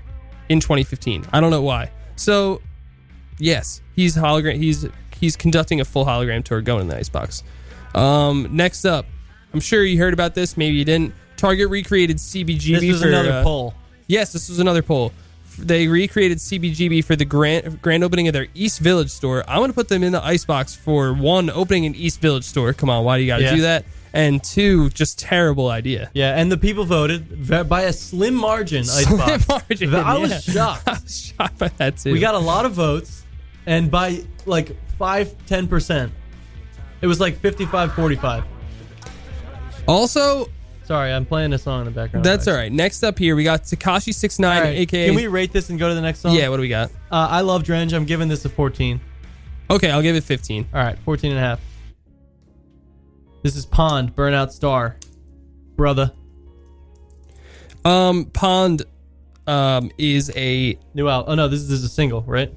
in 2015. I don't know why. So, yes, he's hologram. He's he's conducting a full hologram tour going in the icebox. Um, next up, I'm sure you heard about this. Maybe you didn't. Target recreated CBGB
This was
for
another
uh,
poll.
Yes, this was another poll. F- They recreated CBGB for the grand grand opening of their East Village store. I'm going to put them in the icebox for one opening an East Village store. Come on, why do you got to
Yeah.
do that? And two, just terrible idea.
Yeah, and the people voted ve- by a slim margin. Icebox.
margin,
I was
yeah.
shocked.
I was shocked by that too.
We got a lot of votes, and by like 5 10%. It was like 55 45.
also.
Sorry, I'm playing a song in the background.
That's all right. Next up here, we got Takashi Six Nine,
All right,
aka.
Can we rate this and go to the next song?
yeah, what do we got?
Uh, I love Drench. I'm giving this a 14.
Okay, I'll give it 15.
All right, 14 and a half. This is Pond, Burnout Star. Brother,
Um, Pond, um, is a
new out. Oh no, this is, this is a single, right?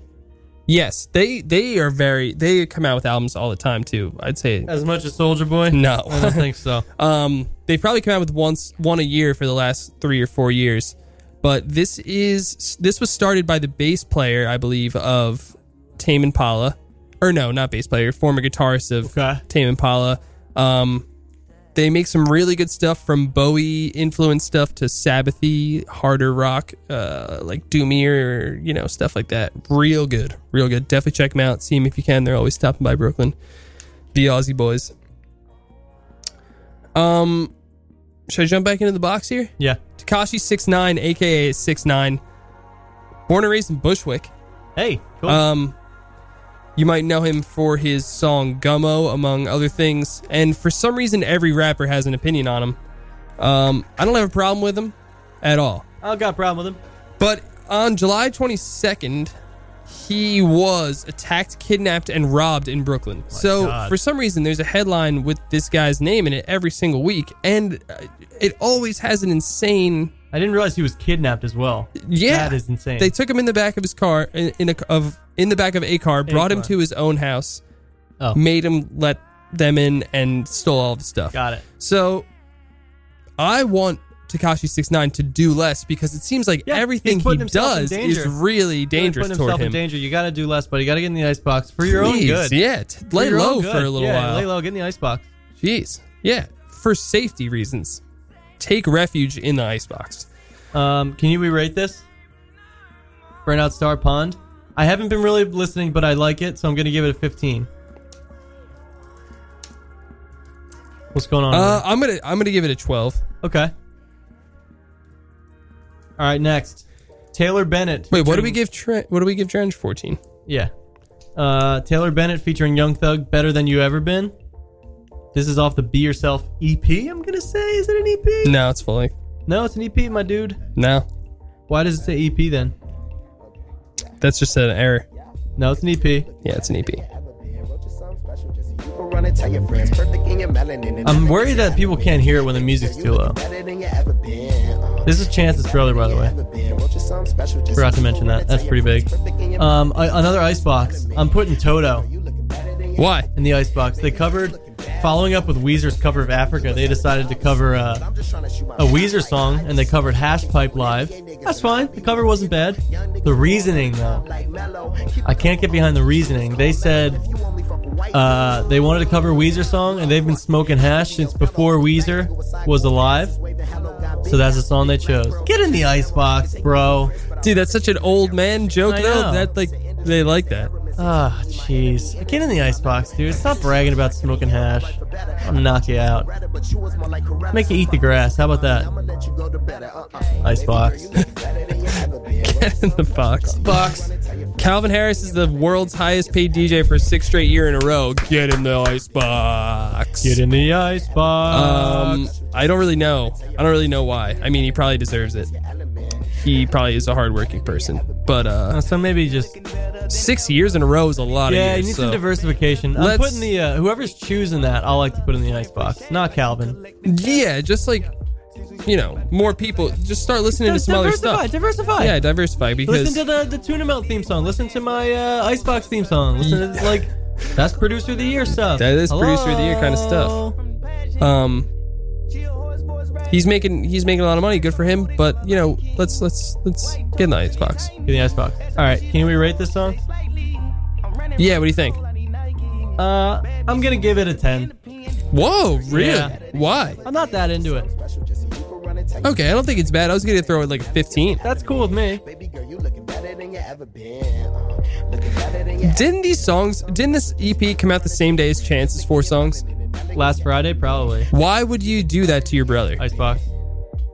yes. They they are very they come out with albums all the time too. I'd say
As much as Soldier Boy?
no.
I don't think so.
Um, they've probably come out with once one a year for the last three or four years, but this is this was started by the bass player, I believe, of Tame Impala, or no, not bass player, former guitarist of
Okay.
Tame Impala. Um, they make some really good stuff from Bowie influenced stuff to Sabbathy, harder rock, uh, like Doomier, you know, stuff like that. Real good, real good. Definitely check them out. See them if you can. They're always stopping by Brooklyn. The Aussie boys. Um, should I jump back into the box here?
Yeah.
Takashi six nine, aka six nine, born and raised in Bushwick.
Hey, cool.
Um, you might know him for his song "Gummo," among other things. And for some reason, every rapper has an opinion on him. Um, I don't have a problem with him at all.
I got a problem with him.
But on July 22nd, he was attacked, kidnapped, and robbed in Brooklyn. so
God.
for some reason, there's a headline with this guy's name in it every single week, and uh, it always has an insane.
I didn't realize he was kidnapped as well.
Yeah,
That is insane.
They took him in the back of his car, in, in a of in the back of a car, brought him
car.
to his own house,
Oh.
made him let them in, and stole all of his stuff.
Got it.
So I want Takashi 69 to do less because it seems like
Yeah,
everything
he's putting
he
himself in
does
danger.
is really
Really
dangerous
putting
toward
himself
him.
in danger. You got to do less, but you got to get in the icebox for your own
Please,
good.
Yeah, t-
For
lay
your
low
own
for
good.
a little
yeah,
while.
Lay low, get in the icebox.
Jeez. Yeah, for safety reasons. Take refuge in the icebox.
Um, can you re-rate this? Burnout Star Pond. I haven't been really listening, but I like it, so I'm gonna give it a 15. What's going on?
Uh, I'm gonna I'm gonna give it a 12.
over there? okay. All right, next. Taylor Bennett.
Wait, what do we
featuring-
give Tre- what do we give Drench 14?
Yeah. Uh, Taylor Bennett featuring Young Thug, Better Than You Ever Been. This is off the Be Yourself EP, I'm going to say. Is it an EP?
No, it's fully.
No, it's an EP, my dude.
No.
Why does it say EP then?
That's just an error.
No, it's an E EP.
Yeah, it's an E EP.
I'm worried that people can't hear it when the music's too low.
Uh,
This is Chance's brother, by the way. Forgot to mention that. That's pretty big. Um, a- another icebox. I'm putting Toto
Why?
in the icebox. They covered, following up with Weezer's cover of Africa, they decided to cover uh, a Weezer song and they covered Hash Pipe Live. That's fine. The cover wasn't bad. The reasoning, though, I can't get behind the reasoning. They said uh, they wanted to cover Weezer song and they've been smoking hash since before Weezer was alive. So that's the song they chose. Get in the icebox, bro.
Dude, that's such an old man joke
I
though.
know.
That like they like that.
Ah, jeez. Get in the icebox, dude. Stop bragging about smoking hash. I'll knock you out. Make you eat the grass. How about that? Icebox.
in the box.
Box.
Calvin Harris is the world's highest paid DJ for sixth straight year in a row. Get in the icebox.
Get in the icebox.
Um, I don't really know. I don't really know why. I mean, he probably deserves it. he probably is a hardworking person. But uh,
so maybe just
six years in a row is a lot
yeah,
of years.
you need some
so-
diversification. I'm
Let's-
putting the uh, whoever's choosing that, I like to put in the icebox, not Calvin.
Yeah, just like you know, more people just start listening to some other
diversify,
stuff.
diversify.
Yeah, diversify because
Listen to the the Tuna Melt theme song. Listen to my uh, Icebox theme song. Listen to like that's producer of the year stuff.
that is producer of the year kind of
Hello?
stuff. Um, he's making he's making a lot of money. Good for him. But you know, let's let's let's get in the icebox.
Give me the Icebox. All right, can we rate this song?
Yeah, what do you think?
Uh, I'm gonna give it a ten.
Whoa, really?
Yeah.
Why?
I'm not that into it.
Okay, I don't think it's bad. I was gonna throw it like a fifteen.
That's cool with me.
Didn't these songs? Didn't this EP come out the same day as Chance's four songs?
Last Friday, probably
Why would you do that to your brother?
Icebox.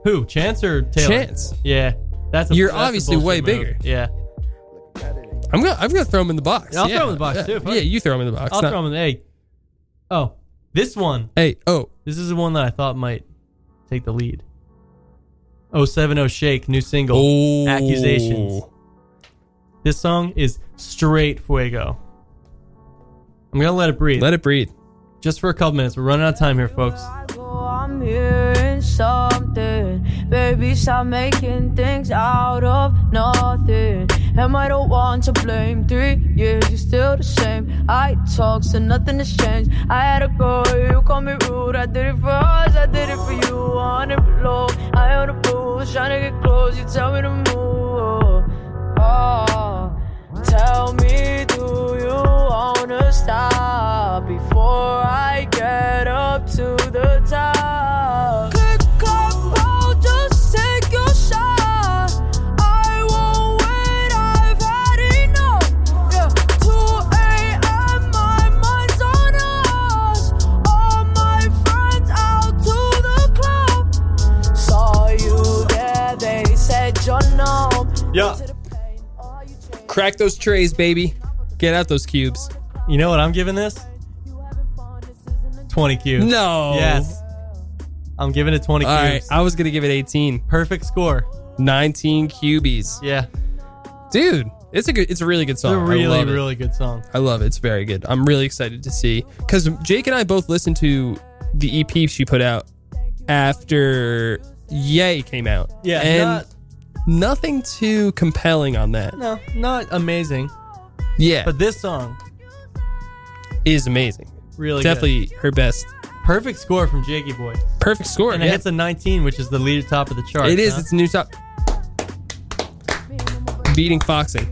Who? Chance or Taylor?
Chance.
Yeah, that's a,
You're
that's a
obviously
bullshit
way
move.
bigger.
Yeah,
I'm gonna I'm gonna throw him in the box.
Yeah, I'll
yeah.
throw him in the box,
yeah.
too. Fuck.
Yeah, you throw him in the box.
I'll
not-
throw him an A. Oh, this one.
Hey, oh,
This is the one that I thought might take the lead. 070 Shake, new single.
oh,
Accusations. This song is straight fuego. I'm going to let it breathe.
Let it breathe.
Just for a couple minutes. We're running out of time here, folks.
I'm hearing something. Baby, stop making things out of nothing. Am I the one to blame? Three years, you're still the same. I talk, so nothing has changed. I had a go, you call me rude. I did it for us, I did it for you. On and below, I on the rules, trying to get close. You tell me to move. Oh, tell me, do you wanna stop before I get up to the top? Good call, bro, just take your shot. I won't wait, I've had enough. Yeah, 2 a.m., my mind's on us. All my friends out to the club. Saw you there, they said you're numb.
Yeah.
Crack those trays, baby. Get out those cubes.
You know what I'm giving this? 20 cubes.
No.
Yes. I'm giving it 20
All right,
cubes.
I was gonna give it 18,
Perfect score.
19 cubies,
Yeah.
dude. It's a good. It's a really good
It's
song.
a
Oh, I
really,
love it.
really good song.
I love it. It's very good. I'm really excited to see because Jake and I both listened to the EP she put out after Yay came out.
Yeah.
and
not,
nothing too compelling on that.
no, not amazing.
Yeah,
But this song,
is amazing.
really good.
Definitely her best.
Perfect score from Jakey Boy.
Perfect score.
And
yeah.
it hits a 19, which is the leader top of the chart.
It is.
huh?
It's a new top. Beating Foxing.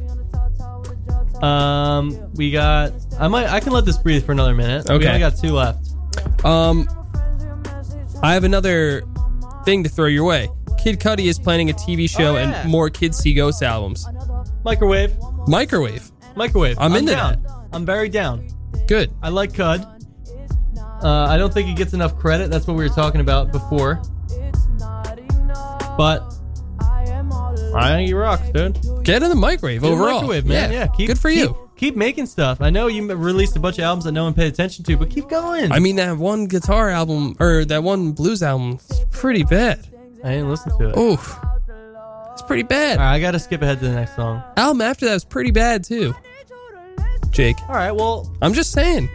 Um, we got. I might. I can let this breathe for another minute. We
Okay.
only got two left.
Um, I have another thing to throw your way. Kid Cudi is planning a TV
Oh,
show
yeah.
and more Kid See Ghost albums.
Microwave.
Microwave.
Microwave.
I'm into
down. I'm very down.
Good.
I like Cud. Uh, I don't think he gets enough credit. That's what we were talking about before. But I think he rocks, dude. Good
Get in the microwave overall.
microwave, man. Yeah. keep,
good for
keep-
you.
Keep making stuff. I know you m- released a bunch of albums that no one paid attention to, but keep going.
I mean, that one guitar album or that one blues album is pretty bad.
I didn't listen to it. All
Oof. It's pretty bad.
right, I gotta skip ahead to the next song.
Album after that was pretty bad too. Jake,
All right, well,
I'm just saying.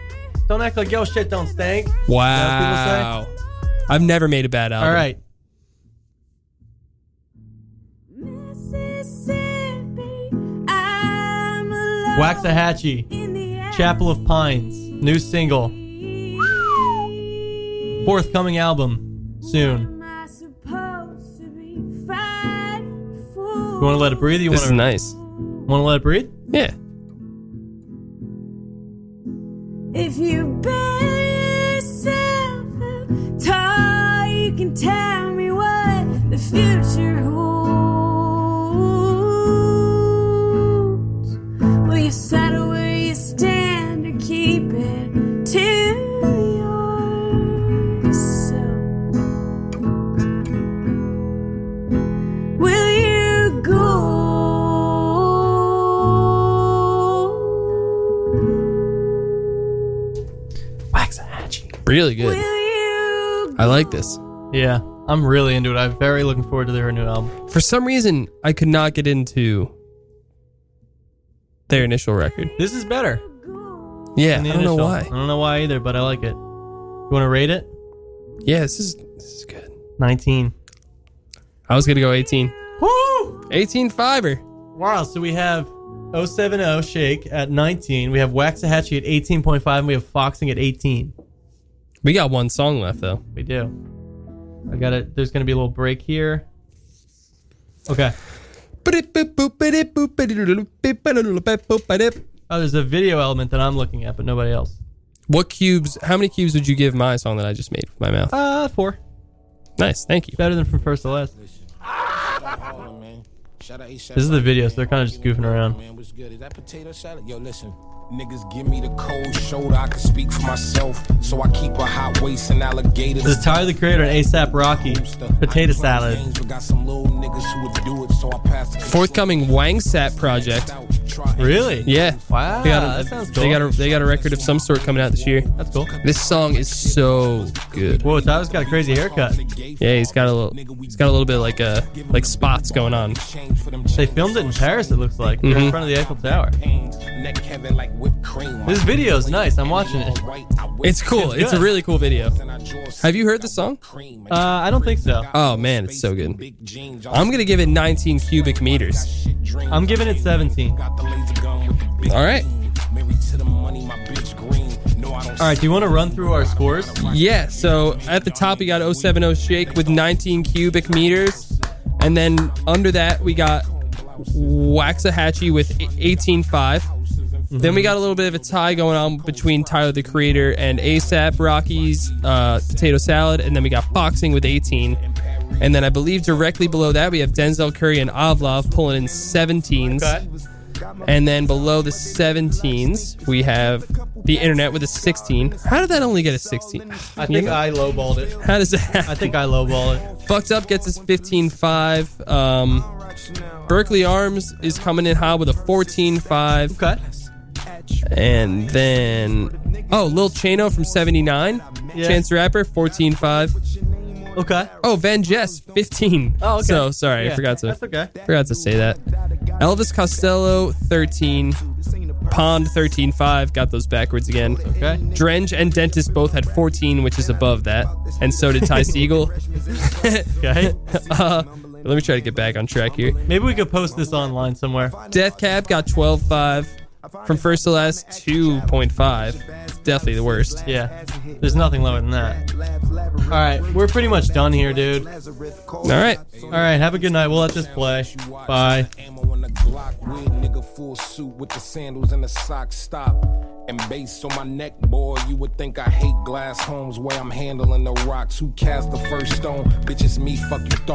don't act like yo shit don't stink.
Wow. I've never made a bad album.
All right. Waxahachie, Chapel of Pines, new single. Forthcoming album soon. You want to let it breathe? You
This
want
is
to
nice.
want to let it breathe?
Yeah.
If you bury yourself up tall, you can tell me what the future holds. Will you settle where you stand or keep it to yourself? Will you go?
Really good.
Will you
I like this.
Yeah. I'm really into it. I'm very looking forward to their new album.
For some reason, I could not get into their initial record.
This is better.
Yeah,
than the
I don't know
initial.
why.
I don't know why either, but I like it. You want to rate it?
Yeah, this is this is good.
19.
I was gonna go 18.
Woo!
18 fiver.
Wow, so we have 070 Shake at 19. We have Waxahachie at 18.5, and we have Foxing at 18.
We got one song left though.
We do. I got it. There's going to be a little break here. Okay. Oh, there's a video element that I'm looking at, but nobody else.
What cubes? How many cubes would you give my song that I just made with my mouth?
Uh, four.
Nice, thank you.
Better than from first to last.
This
This is the video, so they're kind of just goofing around.
Man, what's good? Is that potato salad? Yo, listen. Niggas give me the cold shoulder. I can speak for myself. So I keep a hot waist and alligators.
This is Tyler the Creator and ASAP Rocky. Potato salad.
Games, but got some little niggas who would do it. So I pass the
Forthcoming Wangsat project.
Really?
Yeah.
Wow.
They got a,
that sounds cool.
they got a they got a record of some sort coming out this year.
That's cool.
This song is so good.
Whoa, Tyler's got a crazy haircut.
Yeah, he's got a little he's got a little bit like uh like spots going on.
change for them
They filmed it in Paris, it looks like. They're in
Mhm.
front of the Eiffel Tower.
chains. Neck heaven like whipped cream.
This video's nice. I'm watching it.
It's cool.
It's
It's a
good.
really cool video. Have you heard the song?
Uh, I don't think so.
Oh man, it's so good. I'm gonna give it 19 cubic meters.
I'm giving it 17. All
All right.
right, do you want to run through our scores?
Yeah. So at the top you got 070 Shake with 19 cubic meters, and then under that we got Waxahachie with 18.5. Then we got a little bit of a tie going on between Tyler the Creator and ASAP Rocky's uh, Potato Salad, and then we got Boxing with 18. And then I believe directly below that we have Denzel Curry and Avlov pulling in 17s. And then below the 17s, we have the internet with a 16. How did that only get a 16?
I think I lowballed it.
How does that happen?
I think I lowballed it.
Fucked Up gets us 15 5. Um, Berkeley Arms is coming in high with a 14 5.
Okay.
And then, oh, Lil Chano from 79.
Yeah.
Chance the Rapper, 14 5.
Okay.
Oh, Van Jess, 15.
Oh, okay.
So, sorry,
Yeah,
I forgot to.
That's okay.
Forgot to say that. Elvis Costello, 13. Pond, 13.5. Got those backwards again.
Okay.
Drench and Dentist both had 14, which is above that. And so did Ty Siegel.
Okay.
uh, let me try to get back on track here.
Maybe we could post this online somewhere.
Death Cab got 12.5. From first to last, 2.5. Definitely the worst.
Yeah. There's nothing lower than that. All right, we're pretty much done here, dude.
All right.
All right, have a good night. We'll let this play. Bye.
Ammo on the Glock, weird nigga full suit with the sandals and the socks. Stop. And bass on my neck, boy. You would think I hate glass homes where I'm handling the rocks. Who cast the first stone? Bitch, it's me. Fuck you, thought.